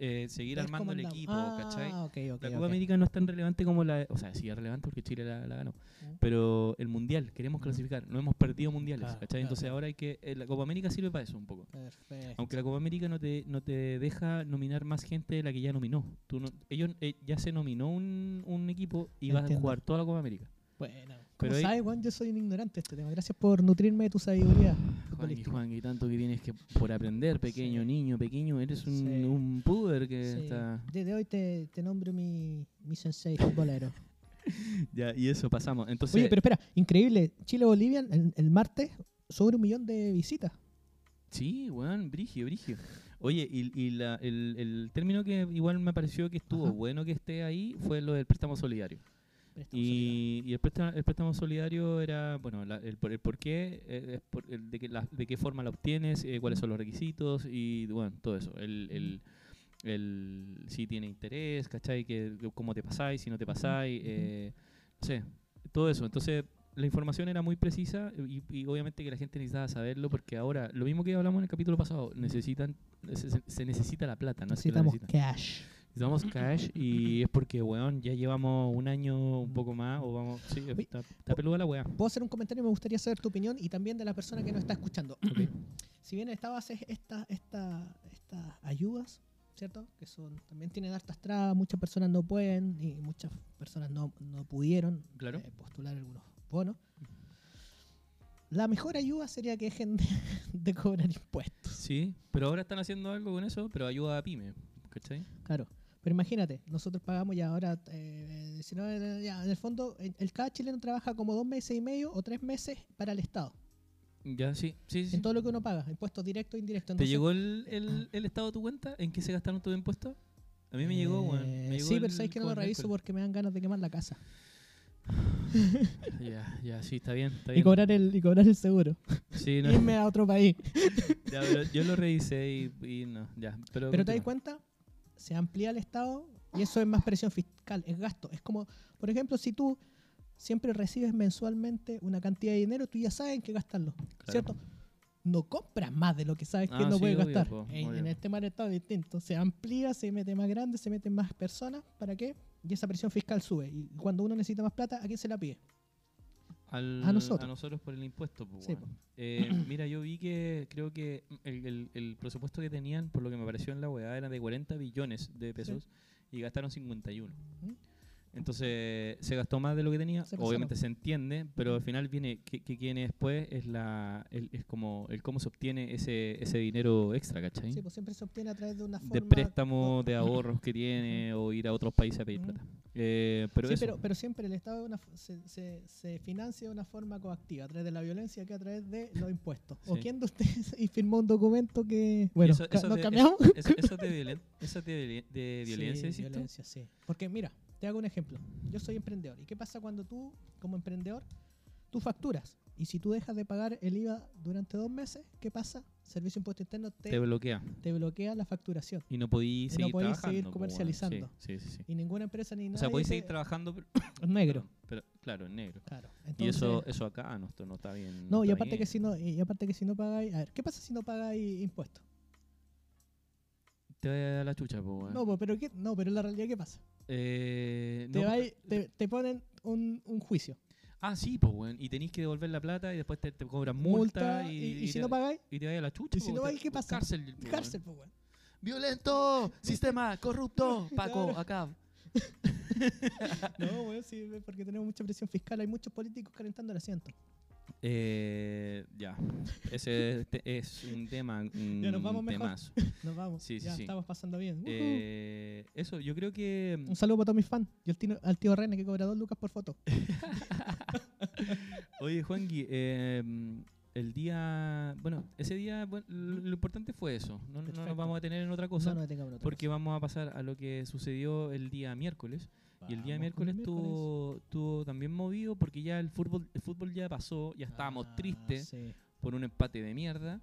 [SPEAKER 2] eh, seguir
[SPEAKER 3] Ver
[SPEAKER 2] armando el
[SPEAKER 3] cómo andamos.
[SPEAKER 2] equipo,
[SPEAKER 3] ah,
[SPEAKER 2] ¿cachai?
[SPEAKER 3] ok, ok,
[SPEAKER 2] La
[SPEAKER 3] ok.
[SPEAKER 2] Copa América no es tan relevante como la... O sea, sí es relevante porque Chile la, la ganó.
[SPEAKER 3] Ujú.
[SPEAKER 2] Pero el Mundial, queremos
[SPEAKER 3] Ujú.
[SPEAKER 2] clasificar. No hemos perdido Mundiales,
[SPEAKER 4] Claro,
[SPEAKER 2] ¿cachai? Entonces
[SPEAKER 3] claro.
[SPEAKER 2] ahora hay que... eh, la Copa América sirve para eso un poco.
[SPEAKER 3] Perfecto.
[SPEAKER 2] Aunque la Copa América no te, no te deja nominar más gente de la que ya nominó. Tú no- ellos eh, ya se nominó un, un equipo y vas a
[SPEAKER 3] Entiendo.
[SPEAKER 2] jugar toda la Copa América.
[SPEAKER 3] Bueno, como
[SPEAKER 2] Pero ahí-
[SPEAKER 3] sabes, Juan, yo soy un ignorante de este tema. Gracias por nutrirme de tu sabiduría
[SPEAKER 2] Juan, y
[SPEAKER 3] futbolística.
[SPEAKER 2] Juan, y tanto que tienes que por aprender, pequeño
[SPEAKER 3] Sí.
[SPEAKER 2] niño, pequeño, eres un,
[SPEAKER 3] Sí.
[SPEAKER 2] un puber que
[SPEAKER 3] Sí.
[SPEAKER 2] está...
[SPEAKER 3] Desde hoy te, te nombro mi, mi sensei futbolero.
[SPEAKER 2] Ya, y eso pasamos. Entonces,
[SPEAKER 3] Oye, pero espera, increíble. Chile-Bolivia el, el martes sobre un millón de visitas.
[SPEAKER 2] Sí, weón, brigio, brigio. Oye, y, y la- el, el término que igual me pareció que estuvo
[SPEAKER 3] Ajá.
[SPEAKER 2] bueno que esté ahí fue lo del préstamo solidario. Y, y el, préstamo, el préstamo solidario era, bueno, la- el, por- el por qué, eh, es por- el de, que la- de qué forma la obtienes, eh, cuáles son los requisitos y, bueno, todo eso. El, el, el si tiene interés, ¿cachai? Que, que cómo te pasáis, si no te pasáis,
[SPEAKER 3] ujú.
[SPEAKER 2] eh, no sé, todo eso. Entonces, la información era muy precisa y, y obviamente que la gente necesitaba saberlo porque ahora, lo mismo que hablamos en el capítulo pasado, necesitan se, se- se necesita la plata, ¿no? es que la
[SPEAKER 3] Necesitamos
[SPEAKER 2] necesitan.
[SPEAKER 3] cash.
[SPEAKER 2] Necesitamos cash y es porque, weón, ya llevamos un año un poco más o vamos... Sí,
[SPEAKER 3] Oye,
[SPEAKER 2] está, está peluda la weá.
[SPEAKER 3] Puedo hacer un comentario, me gustaría saber tu opinión y también de la persona que nos está escuchando. si bien estabas estas esta, estas ayudas, ¿cierto? Que son también tienen hartas trabas, muchas personas no pueden y muchas personas no, no pudieron
[SPEAKER 2] Claro.
[SPEAKER 3] eh, postular algunos bonos. La mejor ayuda sería que dejen de, de cobrar impuestos,
[SPEAKER 2] Sí, pero ahora están haciendo algo con eso, pero ayuda a pyme, ¿cachai?
[SPEAKER 3] claro. Pero imagínate, nosotros pagamos ya ahora, eh, 19, ya, en el fondo, el, el cada chileno trabaja como dos meses y medio o tres meses para el Estado,
[SPEAKER 2] Ya, sí, sí, sí.
[SPEAKER 3] en todo lo que uno paga, impuestos directos e indirectos.
[SPEAKER 2] ¿Te
[SPEAKER 3] Entonces,
[SPEAKER 2] llegó el, el, el estado de tu cuenta? ¿En qué se gastaron tus impuestos? A mí me llegó, weón.
[SPEAKER 3] Eh,
[SPEAKER 2] me llegó
[SPEAKER 3] sí, pero
[SPEAKER 2] el-
[SPEAKER 3] sabéis que no
[SPEAKER 2] como
[SPEAKER 3] lo
[SPEAKER 2] el
[SPEAKER 3] reviso
[SPEAKER 2] miércoles.
[SPEAKER 3] porque me dan ganas de quemar la casa.
[SPEAKER 2] Ya, ya, sí, está bien, está
[SPEAKER 3] Y
[SPEAKER 2] bien.
[SPEAKER 3] cobrar el, y cobrar el seguro.
[SPEAKER 2] Sí, no,
[SPEAKER 3] Irme a otro país.
[SPEAKER 2] ya, pero yo lo revisé y, y no, ya. Pero,
[SPEAKER 3] Pero te das
[SPEAKER 2] continúa.
[SPEAKER 3] cuenta, se amplía el Estado y eso es más presión fiscal, es gasto. Es como, por ejemplo, si tú siempre recibes mensualmente una cantidad de dinero, tú ya sabes en qué gastarlo,
[SPEAKER 2] Claro.
[SPEAKER 3] ¿cierto? No compras más de lo que sabes que
[SPEAKER 2] Ah,
[SPEAKER 3] no
[SPEAKER 2] sí,
[SPEAKER 3] puedes
[SPEAKER 2] obvio,
[SPEAKER 3] gastar.
[SPEAKER 2] po,
[SPEAKER 3] en,
[SPEAKER 2] obvio.
[SPEAKER 3] en este mar Estado es distinto. Se amplía, se mete más grande, se meten más personas. ¿Para qué? Y esa presión fiscal sube. Y cuando uno necesita más plata, ¿a quién se la pide?
[SPEAKER 2] Al-
[SPEAKER 3] a nosotros.
[SPEAKER 2] por el impuesto, pues,
[SPEAKER 3] Sí,
[SPEAKER 2] weón. Eh, Mira, yo vi que creo que el, el- el presupuesto que tenían, por lo que me pareció en la weá, era de 40 billones de pesos y gastaron 51.
[SPEAKER 3] ¿Mm?
[SPEAKER 2] Entonces se gastó más de lo que tenía,
[SPEAKER 3] Se Mm. pasaron.
[SPEAKER 2] obviamente se entiende, pero al final viene que, que viene después es la el- es como el cómo se obtiene ese, ese dinero extra, ¿cachai?
[SPEAKER 3] Sí, pues siempre se obtiene a través de una forma.
[SPEAKER 2] de préstamos, de ahorros que tiene o ir a otros países a pedir
[SPEAKER 3] Ujú.
[SPEAKER 2] plata. Eh, pero
[SPEAKER 3] Mm. sí,
[SPEAKER 2] eso,
[SPEAKER 3] pero, pero siempre el Estado de una fo- se, se- se financia de una forma coactiva, a través de la violencia que a través de los impuestos. ¿O
[SPEAKER 2] Sí.
[SPEAKER 3] quién de ustedes y firmó un documento que... Bueno,
[SPEAKER 2] eso-
[SPEAKER 3] ca-
[SPEAKER 2] eso
[SPEAKER 3] ¿nos
[SPEAKER 2] de-
[SPEAKER 3] cambiamos?
[SPEAKER 2] eso, eso es de, violen- eso es de, violen- de violencia,
[SPEAKER 3] sí,
[SPEAKER 2] decís tú?
[SPEAKER 3] violencia, sí. Porque mira, te hago un ejemplo. Yo soy emprendedor. ¿Y qué pasa cuando tú, como emprendedor, tú facturas? Y si tú dejas de pagar el IVA durante dos meses, ¿qué pasa? Servicio de Impuesto Interno te,
[SPEAKER 2] Te bloquea
[SPEAKER 3] te bloquea la facturación.
[SPEAKER 2] y no podís
[SPEAKER 3] no
[SPEAKER 2] seguir
[SPEAKER 3] podís
[SPEAKER 2] trabajando.
[SPEAKER 3] seguir
[SPEAKER 2] po, weón.
[SPEAKER 3] comercializando.
[SPEAKER 2] Sí, sí, sí, sí.
[SPEAKER 3] Y ninguna empresa ni nada.
[SPEAKER 2] O sea, podéis seguir trabajando, pero,
[SPEAKER 3] Negro.
[SPEAKER 2] pero, claro, en negro.
[SPEAKER 3] Claro.
[SPEAKER 2] Y eso,
[SPEAKER 3] Entonces-
[SPEAKER 2] eso acá no, esto no está bien.
[SPEAKER 3] No, y
[SPEAKER 2] está
[SPEAKER 3] aparte, que
[SPEAKER 2] bien.
[SPEAKER 3] si no, y aparte que si no pagáis. A ver, ¿qué pasa si no pagáis impuestos?
[SPEAKER 2] Te va a la chucha, po, weón.
[SPEAKER 3] No, po, pero ¿qué? no, pero en la realidad, ¿qué pasa?
[SPEAKER 2] Eh,
[SPEAKER 3] Te,
[SPEAKER 2] no,
[SPEAKER 3] vais- te, te ponen un, un juicio.
[SPEAKER 2] Ah, sí, pues, weón. Y tenéis que devolver la plata y después te, te cobran multa, y,
[SPEAKER 3] y, y si
[SPEAKER 2] te,
[SPEAKER 3] no pagáis,
[SPEAKER 2] y te vaya a la chucha.
[SPEAKER 3] y si
[SPEAKER 2] po,
[SPEAKER 3] no
[SPEAKER 2] te-
[SPEAKER 3] vais, ¿qué pasa?
[SPEAKER 2] Cárcel. po, weón.
[SPEAKER 3] cárcel, pues, weón.
[SPEAKER 2] Violento, sistema corrupto, Paco,
[SPEAKER 3] Claro.
[SPEAKER 2] acá.
[SPEAKER 3] No, weón, sí, ve, porque tenemos mucha presión fiscal. Hay muchos políticos calentando el asiento.
[SPEAKER 2] Eh, ya, ese te- es un tema, un
[SPEAKER 3] Ya nos vamos mejor.
[SPEAKER 2] temazo.
[SPEAKER 3] Nos vamos.
[SPEAKER 2] Sí, sí,
[SPEAKER 3] ya
[SPEAKER 2] sí.
[SPEAKER 3] estamos pasando bien. Ujú.
[SPEAKER 2] Eh, eso, yo creo que mm,
[SPEAKER 3] Un saludo para todos mis fans. Y al tío, al tío René que cobra dos lucas por foto.
[SPEAKER 2] Oye, Juanqui, eh, mm, el día. Bueno, ese día bueno, lo, lo importante fue eso. No, no
[SPEAKER 3] Perfecto.
[SPEAKER 2] nos vamos a tener en otra cosa.
[SPEAKER 3] No, no tengamos otra
[SPEAKER 2] Porque vamos a pasar a lo que sucedió el día miércoles.
[SPEAKER 3] cosa.
[SPEAKER 2] Y el día
[SPEAKER 3] Vamos con
[SPEAKER 2] miércoles
[SPEAKER 3] el
[SPEAKER 2] estuvo, estuvo también movido porque ya el fútbol, el fútbol ya pasó, ya estábamos
[SPEAKER 3] Ah,
[SPEAKER 2] tristes
[SPEAKER 3] sí.
[SPEAKER 2] por un empate de mierda.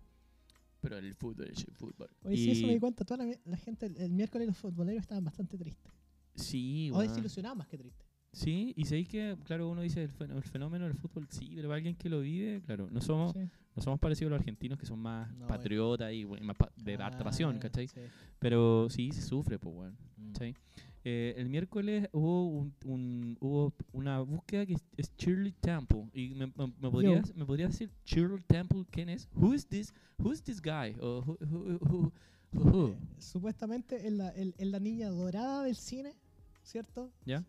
[SPEAKER 2] Pero el fútbol es el fútbol.
[SPEAKER 3] Oye, sí, eso
[SPEAKER 2] Y-
[SPEAKER 3] me di cuenta. Toda la, la gente, el, el miércoles los futboleros estaban bastante tristes.
[SPEAKER 2] Sí,
[SPEAKER 3] o
[SPEAKER 2] weón.
[SPEAKER 3] desilusionados más que tristes.
[SPEAKER 2] Sí, y sabéis que, claro, uno dice el, fen- el fenómeno del fútbol, sí, pero para alguien que lo vive, claro, no somos,
[SPEAKER 3] Sí.
[SPEAKER 2] no somos parecidos a los argentinos que son más
[SPEAKER 3] No, bueno.
[SPEAKER 2] patriotas y we- más pa- de
[SPEAKER 3] Ah,
[SPEAKER 2] harta pasión, ¿cachai?
[SPEAKER 3] sí.
[SPEAKER 2] Pero sí se sufre, pues, weón.
[SPEAKER 3] Mm.
[SPEAKER 2] ¿cachai? Eh, el miércoles hubo, un, un- hubo una búsqueda que es, es Shirley Temple. ¿Y me, me- me podrías, ¿Me podrías decir Shirley Temple quién es? ¿Who is this, who is this guy? O who- who- who- who- who?
[SPEAKER 3] Eh, Supuestamente es la, el- es la niña dorada del cine, ¿cierto?
[SPEAKER 2] Ya.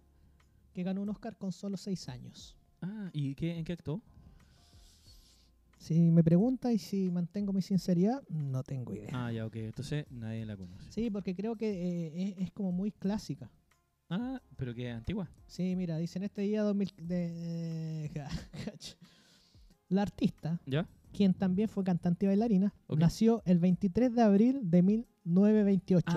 [SPEAKER 3] Que ganó un Oscar con solo seis años.
[SPEAKER 2] Ah, ¿y qué, en qué actuó?
[SPEAKER 3] Si me pregunta y si mantengo mi sinceridad, no tengo idea.
[SPEAKER 2] Ah, ya, ok, entonces nadie la conoce.
[SPEAKER 3] Sí, porque creo que eh, es, es como muy clásica.
[SPEAKER 2] Ah, pero que es antigua.
[SPEAKER 3] Sí, mira, dicen este día 2000... De, eh, ja, cach. la artista,
[SPEAKER 2] ¿Ya?
[SPEAKER 3] quien también fue cantante y bailarina,
[SPEAKER 2] Ok.
[SPEAKER 3] nació el 23 de abril de 1928.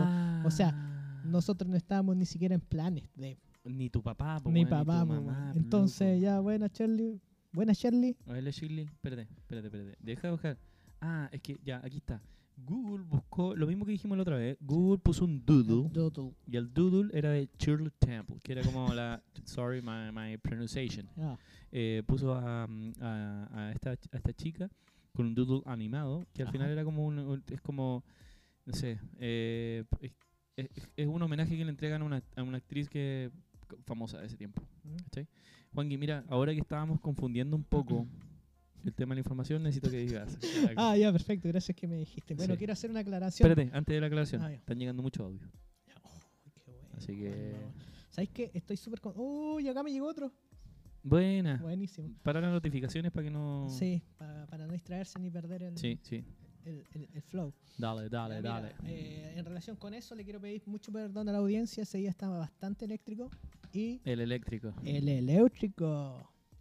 [SPEAKER 3] o sea,
[SPEAKER 2] Ah,
[SPEAKER 3] Nosotros no estábamos ni siquiera en planes de
[SPEAKER 2] ni tu papá, po,
[SPEAKER 3] ni
[SPEAKER 2] weón, ni
[SPEAKER 3] papá.
[SPEAKER 2] tu
[SPEAKER 3] pues,
[SPEAKER 2] mamá.
[SPEAKER 3] bueno. Entonces,
[SPEAKER 2] loco.
[SPEAKER 3] ya, buena Shirley. Buena Shirley.
[SPEAKER 2] A ver, Shirley, espérate, espérate, espérate. Deja de buscar. Ah, es que ya, aquí está. Google buscó lo mismo que dijimos la otra vez. Google puso un doodle
[SPEAKER 3] Doodle.
[SPEAKER 2] y el doodle era de Shirley Temple, que era como la. Sorry, my, my pronunciation.
[SPEAKER 3] Ah,
[SPEAKER 2] Eh, puso a, mm, a- a esta, ch- a esta chica con un doodle animado que al
[SPEAKER 3] Ajá.
[SPEAKER 2] final era como un, un- es como no sé eh, es, es- es un homenaje que le entregan a una, a una actriz que c- famosa de ese tiempo
[SPEAKER 3] Mm.
[SPEAKER 2] ¿cachai? Juanqui mira ahora que estábamos confundiendo un poco el tema de la información necesito que digas algo.
[SPEAKER 3] Ah, ya, perfecto. Gracias que me dijiste. Bueno,
[SPEAKER 2] Sí.
[SPEAKER 3] quiero hacer una aclaración.
[SPEAKER 2] espérate antes de la aclaración
[SPEAKER 3] Ah, ya.
[SPEAKER 2] están llegando muchos audios
[SPEAKER 3] Uy, qué bueno,
[SPEAKER 2] Así
[SPEAKER 3] bueno,
[SPEAKER 2] que-
[SPEAKER 3] bueno. ¿Sabéis qué? Estoy súper con. ¡Uy! Acá me llegó otro.
[SPEAKER 2] buena
[SPEAKER 3] Buenísimo.
[SPEAKER 2] para las notificaciones para que no
[SPEAKER 3] Sí, para, para no distraerse ni perder el,
[SPEAKER 2] sí, sí.
[SPEAKER 3] el, el- el flow.
[SPEAKER 2] dale dale
[SPEAKER 3] Ya, mira,
[SPEAKER 2] dale
[SPEAKER 3] eh, en relación con eso, le quiero pedir mucho perdón a la audiencia. Ese día estaba bastante eléctrico. Y.
[SPEAKER 2] el eléctrico
[SPEAKER 3] El eléctrico.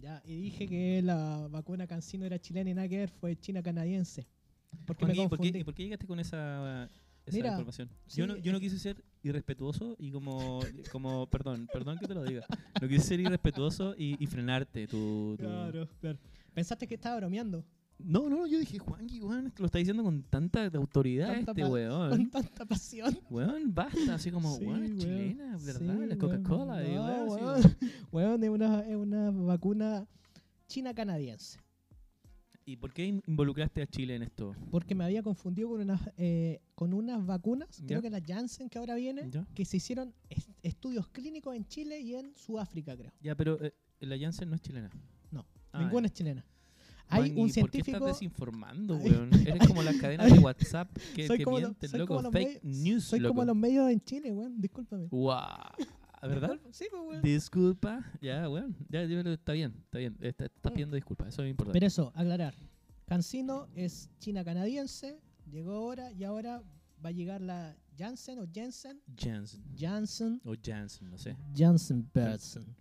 [SPEAKER 3] Ya, y dije que la vacuna Cancino era chilena y nada que ver, fue china-canadiense. Porque me
[SPEAKER 2] Juanqui, ¿por,
[SPEAKER 3] confundí.
[SPEAKER 2] qué, por qué llegaste con esa, esa
[SPEAKER 3] Mira,
[SPEAKER 2] información?
[SPEAKER 3] sí,
[SPEAKER 2] yo, no, yo no
[SPEAKER 3] es que-
[SPEAKER 2] quise ser irrespetuoso y como, como perdón, perdón que te lo diga. No quise ser irrespetuoso y, y frenarte. Tu, tu-
[SPEAKER 3] Claro, claro. Pensaste que estaba bromeando.
[SPEAKER 2] No, no, yo dije, Juanqui, weón, lo está diciendo con tanta autoridad
[SPEAKER 3] Tanta
[SPEAKER 2] este
[SPEAKER 3] pa- Con
[SPEAKER 2] weón.
[SPEAKER 3] tanta pasión.
[SPEAKER 2] Weón, basta, así como,
[SPEAKER 3] Sí,
[SPEAKER 2] weón, es
[SPEAKER 3] weón.
[SPEAKER 2] chilena, ¿verdad?
[SPEAKER 3] Sí,
[SPEAKER 2] la
[SPEAKER 3] weón.
[SPEAKER 2] Coca-Cola, y
[SPEAKER 3] No,
[SPEAKER 2] weón, así
[SPEAKER 3] weón.
[SPEAKER 2] como-
[SPEAKER 3] Weón, es una, es una vacuna china-canadiense.
[SPEAKER 2] ¿Y por qué in- involucraste a Chile en esto?
[SPEAKER 3] Porque me había confundido con unas, eh, con unas vacunas,
[SPEAKER 2] Ya.
[SPEAKER 3] creo que la Janssen que ahora viene,
[SPEAKER 2] Ya.
[SPEAKER 3] que se hicieron est- estudios clínicos en Chile y en Sudáfrica, creo.
[SPEAKER 2] Ya, pero eh, la Janssen no es chilena.
[SPEAKER 3] No,
[SPEAKER 2] Ah, ya.
[SPEAKER 3] Ninguna es chilena. Hay
[SPEAKER 2] Juanqui,
[SPEAKER 3] un
[SPEAKER 2] ¿Por qué
[SPEAKER 3] científico.
[SPEAKER 2] estás desinformando,
[SPEAKER 3] Ay.
[SPEAKER 2] weón? Eres como las cadenas de WhatsApp que
[SPEAKER 3] Soy
[SPEAKER 2] te
[SPEAKER 3] como lo-
[SPEAKER 2] mienten,
[SPEAKER 3] soy
[SPEAKER 2] loco.
[SPEAKER 3] como los
[SPEAKER 2] Fake
[SPEAKER 3] medios-
[SPEAKER 2] news,
[SPEAKER 3] Soy
[SPEAKER 2] loco.
[SPEAKER 3] como los medios en Chile, weón, discúlpame.
[SPEAKER 2] Guau. ¿verdad?
[SPEAKER 3] Disculpa, Sí, pues, weón.
[SPEAKER 2] Disculpa. Ya, weón. Ya, dímelo, está bien, está bien. Está,
[SPEAKER 3] Mm.
[SPEAKER 2] está pidiendo disculpas, eso es importante.
[SPEAKER 3] Pero eso, aclarar. Cancino es china canadiense, llegó ahora y ahora va a llegar la Janssen o Jensen.
[SPEAKER 2] Jansen.
[SPEAKER 3] Janssen.
[SPEAKER 2] O Jansen, no sé.
[SPEAKER 3] Janssen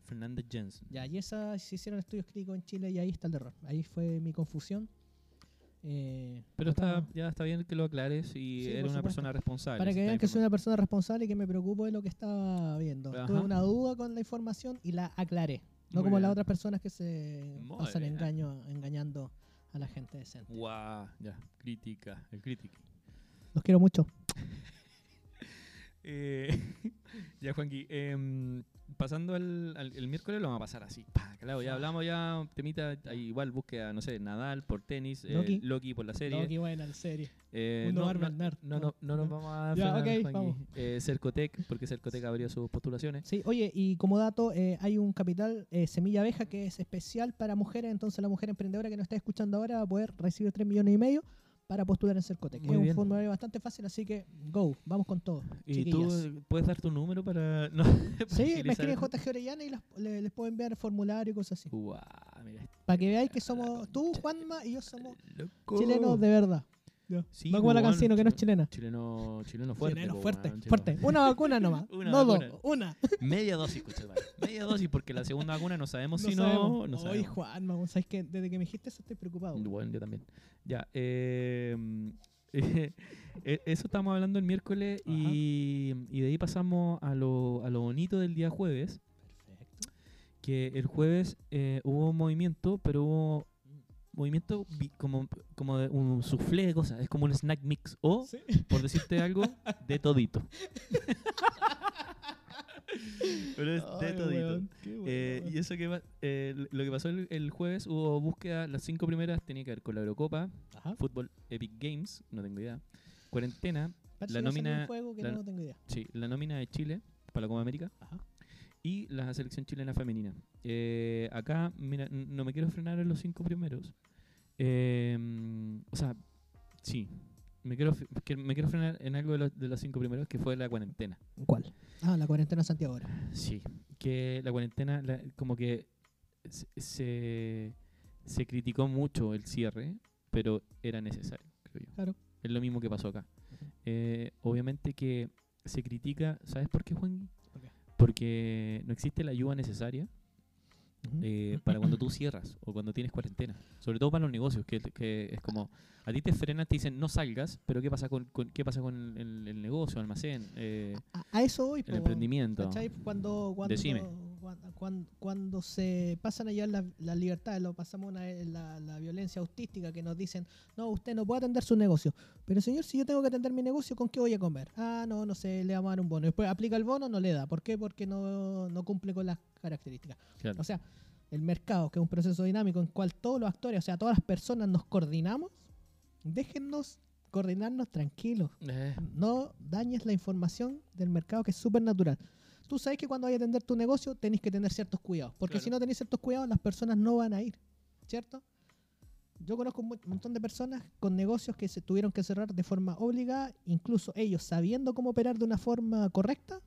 [SPEAKER 2] Fernández Jansen.
[SPEAKER 3] Ya, y esa se hicieron estudios clínicos en Chile y ahí está el error. Ahí fue mi confusión. Eh,
[SPEAKER 2] Pero está,
[SPEAKER 3] tratamos-
[SPEAKER 2] ya está bien que lo aclares y
[SPEAKER 3] Sí,
[SPEAKER 2] era
[SPEAKER 3] por
[SPEAKER 2] una
[SPEAKER 3] supuesto.
[SPEAKER 2] persona responsable.
[SPEAKER 3] Para
[SPEAKER 2] se
[SPEAKER 3] que
[SPEAKER 2] está
[SPEAKER 3] vean que soy
[SPEAKER 2] informando.
[SPEAKER 3] una persona responsable y que me preocupo de lo que estaba viendo.
[SPEAKER 2] Ajá.
[SPEAKER 3] Tuve una duda con la información y la aclaré. No
[SPEAKER 2] Muy
[SPEAKER 3] como las
[SPEAKER 2] bien.
[SPEAKER 3] otras personas que se
[SPEAKER 2] Muy
[SPEAKER 3] pasan
[SPEAKER 2] bien.
[SPEAKER 3] engaño, engañando a la gente decente.
[SPEAKER 2] Guau, ya, crítica, el crítico.
[SPEAKER 3] Los quiero mucho.
[SPEAKER 2] Eh, ya, Juanqui, em, pasando al, al- el miércoles lo vamos a pasar así. pa, claro, ya hablamos ya, temita, ahí igual búsqueda, no sé, Nadal por tenis, eh, Loki.
[SPEAKER 3] Loki.
[SPEAKER 2] por la serie.
[SPEAKER 3] No, qué buena la serie.
[SPEAKER 2] Eh,
[SPEAKER 3] Mundo
[SPEAKER 2] no,
[SPEAKER 3] Marvel,
[SPEAKER 2] no,
[SPEAKER 3] nerd.
[SPEAKER 2] no, no, no nos vamos a
[SPEAKER 3] Ya,
[SPEAKER 2] frenar,
[SPEAKER 3] ok,
[SPEAKER 2] Juanqui.
[SPEAKER 3] vamos.
[SPEAKER 2] Eh, Cercotec, porque Cercotec abrió sus postulaciones.
[SPEAKER 3] Sí, oye, y como dato, eh, hay un capital eh, semilla abeja que es especial para mujeres, entonces la mujer emprendedora que nos está escuchando ahora va a poder recibir 3 millones y medio para postular en Cercotec.
[SPEAKER 2] Muy
[SPEAKER 3] es
[SPEAKER 2] bien.
[SPEAKER 3] un formulario bastante fácil, así que go, vamos con todo.
[SPEAKER 2] Y
[SPEAKER 3] chiquillas.
[SPEAKER 2] tú puedes dar tu número para. No, para
[SPEAKER 3] Sí, me
[SPEAKER 2] agilizar
[SPEAKER 3] escriben
[SPEAKER 2] el-
[SPEAKER 3] JG Orellana y las- le- les puedo enviar formulario y cosas así.
[SPEAKER 2] Guau, mira, este
[SPEAKER 3] Para que veáis que
[SPEAKER 2] la
[SPEAKER 3] somos
[SPEAKER 2] concha
[SPEAKER 3] tú,
[SPEAKER 2] de-
[SPEAKER 3] Juanma y yo somos
[SPEAKER 2] loco.
[SPEAKER 3] chilenos de verdad.
[SPEAKER 2] Sí, pues,
[SPEAKER 3] no como la
[SPEAKER 2] weón,
[SPEAKER 3] cancino que no es chilena.
[SPEAKER 2] Chileno, chileno fuerte.
[SPEAKER 3] chileno
[SPEAKER 2] po,
[SPEAKER 3] fuerte,
[SPEAKER 2] weón, chileno.
[SPEAKER 3] fuerte. Una vacuna nomás.
[SPEAKER 2] Una
[SPEAKER 3] no
[SPEAKER 2] vacuna.
[SPEAKER 3] dos, una.
[SPEAKER 2] Media dosis, conchetumare. Media dosis, porque la segunda vacuna no sabemos si no.
[SPEAKER 3] sabemos. Oh,
[SPEAKER 2] No
[SPEAKER 3] Oye,
[SPEAKER 2] sabemos.
[SPEAKER 3] Juanma, vos sabés que desde que me dijiste eso estoy preocupado. weón.
[SPEAKER 2] Bueno, yo también. Ya. eh, eh, eso estamos hablando el miércoles
[SPEAKER 3] Ajá.
[SPEAKER 2] y, y de ahí pasamos a lo, a lo bonito del día jueves.
[SPEAKER 3] Perfecto.
[SPEAKER 2] Que el jueves eh, hubo un movimiento, pero hubo movimiento vi- como, como de un soufflé de cosas. Es como un snack mix. O,
[SPEAKER 3] Sí.
[SPEAKER 2] por decirte algo, de todito. pero es de
[SPEAKER 3] Ay,
[SPEAKER 2] todito.
[SPEAKER 3] weón, qué bueno,
[SPEAKER 2] Eh,
[SPEAKER 3] weón.
[SPEAKER 2] y eso que va- eh, l- lo que pasó el, el jueves hubo búsqueda, las cinco primeras tenía que ver con la Eurocopa,
[SPEAKER 3] Ajá.
[SPEAKER 2] fútbol, Epic Games, no tengo idea, cuarentena,
[SPEAKER 3] Parece
[SPEAKER 2] la
[SPEAKER 3] que va a salir
[SPEAKER 2] nómina-
[SPEAKER 3] Un juego que
[SPEAKER 2] la-
[SPEAKER 3] no tengo idea.
[SPEAKER 2] sí, la nómina de Chile para la Copa América
[SPEAKER 3] Ajá.
[SPEAKER 2] y la selección chilena femenina. Eh, acá, mira, n- no me quiero frenar en los cinco primeros. Eh, o sea, sí, me quiero, fre- que- me quiero frenar en algo de los, de los cinco primeros que fue la cuarentena.
[SPEAKER 3] ¿Cuál? Ah, la cuarentena de Santiago ahora.
[SPEAKER 2] Sí, que la cuarentena, la- como que se, se, se criticó mucho el cierre, pero era necesario, creo yo.
[SPEAKER 3] Claro.
[SPEAKER 2] Es lo mismo que pasó acá. Eh, obviamente que se critica, ¿sabes por qué, Juan?
[SPEAKER 3] ¿Por qué?
[SPEAKER 2] Porque no existe la ayuda necesaria
[SPEAKER 3] Ujú.
[SPEAKER 2] eh, para cuando tú cierras o cuando tienes cuarentena. Sobre todo para los negocios, que, que es como, a ti te frenan, te dicen no salgas, pero ¿qué pasa con, con- qué pasa con el, el negocio, el almacén, eh,
[SPEAKER 3] a, a eso voy, po,
[SPEAKER 2] el
[SPEAKER 3] weón.
[SPEAKER 2] emprendimiento?
[SPEAKER 3] ¿Cachai? Cuando, cuando,
[SPEAKER 2] Decime.
[SPEAKER 3] cuan- cuan- cuando se pasan allá las la libertades, lo pasamos una, la, la violencia autística que nos dicen, no, usted no puede atender su negocio. Pero señor, si yo tengo que atender mi negocio, ¿con qué voy a comer? Ah, no, no sé, le vamos a dar un bono. Después aplica el bono, no le da. ¿Por qué? Porque no, no cumple con las características.
[SPEAKER 2] Claro.
[SPEAKER 3] O sea, el mercado, que es un proceso dinámico en cual todos los actores, o sea, todas las personas nos coordinamos, déjennos coordinarnos tranquilos
[SPEAKER 2] Eh,
[SPEAKER 3] no dañes la información del mercado que es súper natural. Tú sabes que cuando vayas a atender tu negocio tenés que tener ciertos cuidados, porque
[SPEAKER 2] Claro.
[SPEAKER 3] si no tenés ciertos cuidados las personas no van a ir, ¿cierto? Yo conozco un mo- montón de personas con negocios que se tuvieron que cerrar de forma obligada, incluso ellos sabiendo cómo operar de una forma correcta,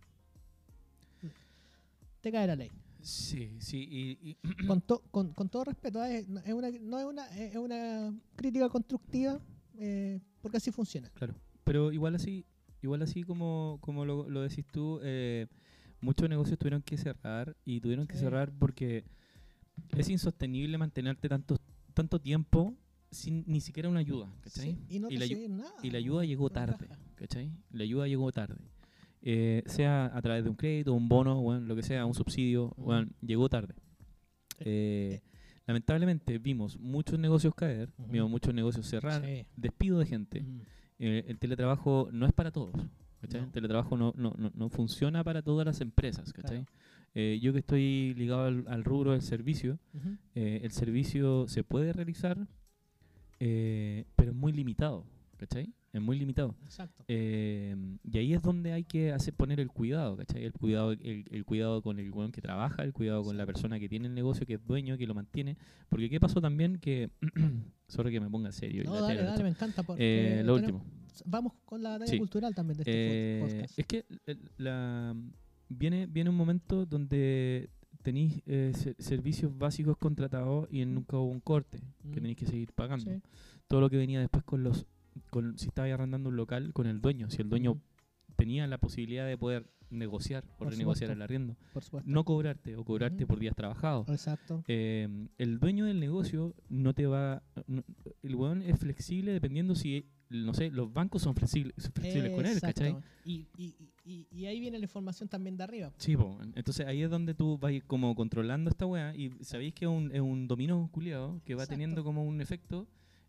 [SPEAKER 3] te cae la ley.
[SPEAKER 2] sí, sí, y- y,
[SPEAKER 3] Con, to- con, con todo respeto, ¿eh? No- es una, no es una, es una crítica constructiva, eh, porque así funciona.
[SPEAKER 2] Claro. Pero igual así, igual así como, como lo, lo decís tú, eh, muchos negocios tuvieron que cerrar y tuvieron que
[SPEAKER 3] Sí.
[SPEAKER 2] cerrar porque es insostenible mantenerte tanto, tanto tiempo sin ni siquiera una ayuda, ¿cachai?
[SPEAKER 3] Sí, Y no
[SPEAKER 2] Y la ayu-
[SPEAKER 3] recibir nada.
[SPEAKER 2] Y la ayuda llegó
[SPEAKER 3] Con
[SPEAKER 2] tarde,
[SPEAKER 3] caja.
[SPEAKER 2] ¿cachai? La ayuda llegó tarde. Eh, sea a través de un crédito, un bono, weón, lo que sea, un subsidio,
[SPEAKER 3] Ujú.
[SPEAKER 2] weón, llegó tarde. Eh, lamentablemente vimos muchos negocios caer,
[SPEAKER 3] Ujú.
[SPEAKER 2] vimos muchos negocios cerrar,
[SPEAKER 3] Sí.
[SPEAKER 2] despido de gente,
[SPEAKER 3] Mm.
[SPEAKER 2] eh, el teletrabajo no es para todos. ¿cachai?
[SPEAKER 3] No.
[SPEAKER 2] El teletrabajo no, no, no, no funciona para todas las empresas. ¿cachai? Eh, yo que estoy ligado al, al rubro del servicio,
[SPEAKER 3] Ujú.
[SPEAKER 2] eh, el servicio se puede realizar, eh, pero es muy limitado. ¿cachai? Es muy limitado.
[SPEAKER 3] Exacto.
[SPEAKER 2] Eh, y ahí es donde hay que hacer poner el cuidado, ¿cachai? El cuidado, el, el cuidado con el weón que trabaja, el cuidado con la persona que tiene el negocio, que es dueño, que lo mantiene. Porque qué pasó también que, sorry que me ponga serio. y
[SPEAKER 3] No,
[SPEAKER 2] la
[SPEAKER 3] dale,
[SPEAKER 2] tela,
[SPEAKER 3] dale, me encanta. Porque
[SPEAKER 2] Eh, lo
[SPEAKER 3] tenemos-
[SPEAKER 2] último.
[SPEAKER 3] Vamos con la batalla
[SPEAKER 2] Sí.
[SPEAKER 3] este cultural también de este
[SPEAKER 2] Eh,
[SPEAKER 3] podcast.
[SPEAKER 2] es que el- la, viene, viene un momento donde tenéis eh, se- servicios básicos contratados y nunca hubo un corte que
[SPEAKER 3] Mm.
[SPEAKER 2] tenéis que seguir pagando.
[SPEAKER 3] Sí.
[SPEAKER 2] Todo lo que venía después con los... Con, si estabais arrendando un local con el dueño, si el dueño
[SPEAKER 3] Ujú,
[SPEAKER 2] tenía la posibilidad de poder negociar o
[SPEAKER 3] Mm. Por
[SPEAKER 2] renegociar
[SPEAKER 3] supuesto.
[SPEAKER 2] el arriendo,
[SPEAKER 3] por supuesto.
[SPEAKER 2] no cobrarte o cobrarte
[SPEAKER 3] Ujú.
[SPEAKER 2] por días trabajados.
[SPEAKER 3] Exacto.
[SPEAKER 2] Eh, el dueño del negocio no te va. no- el weón es flexible dependiendo si, no sé, los bancos son flexibles, flexibles con él, ¿cachai?
[SPEAKER 3] Exacto. Y, y, y, y ahí viene la información también de arriba.
[SPEAKER 2] Sí, po. entonces ahí es donde tú vas como controlando esta weá y sabéis que es un, es un dominó culiado que va
[SPEAKER 3] Exacto.
[SPEAKER 2] teniendo como un efecto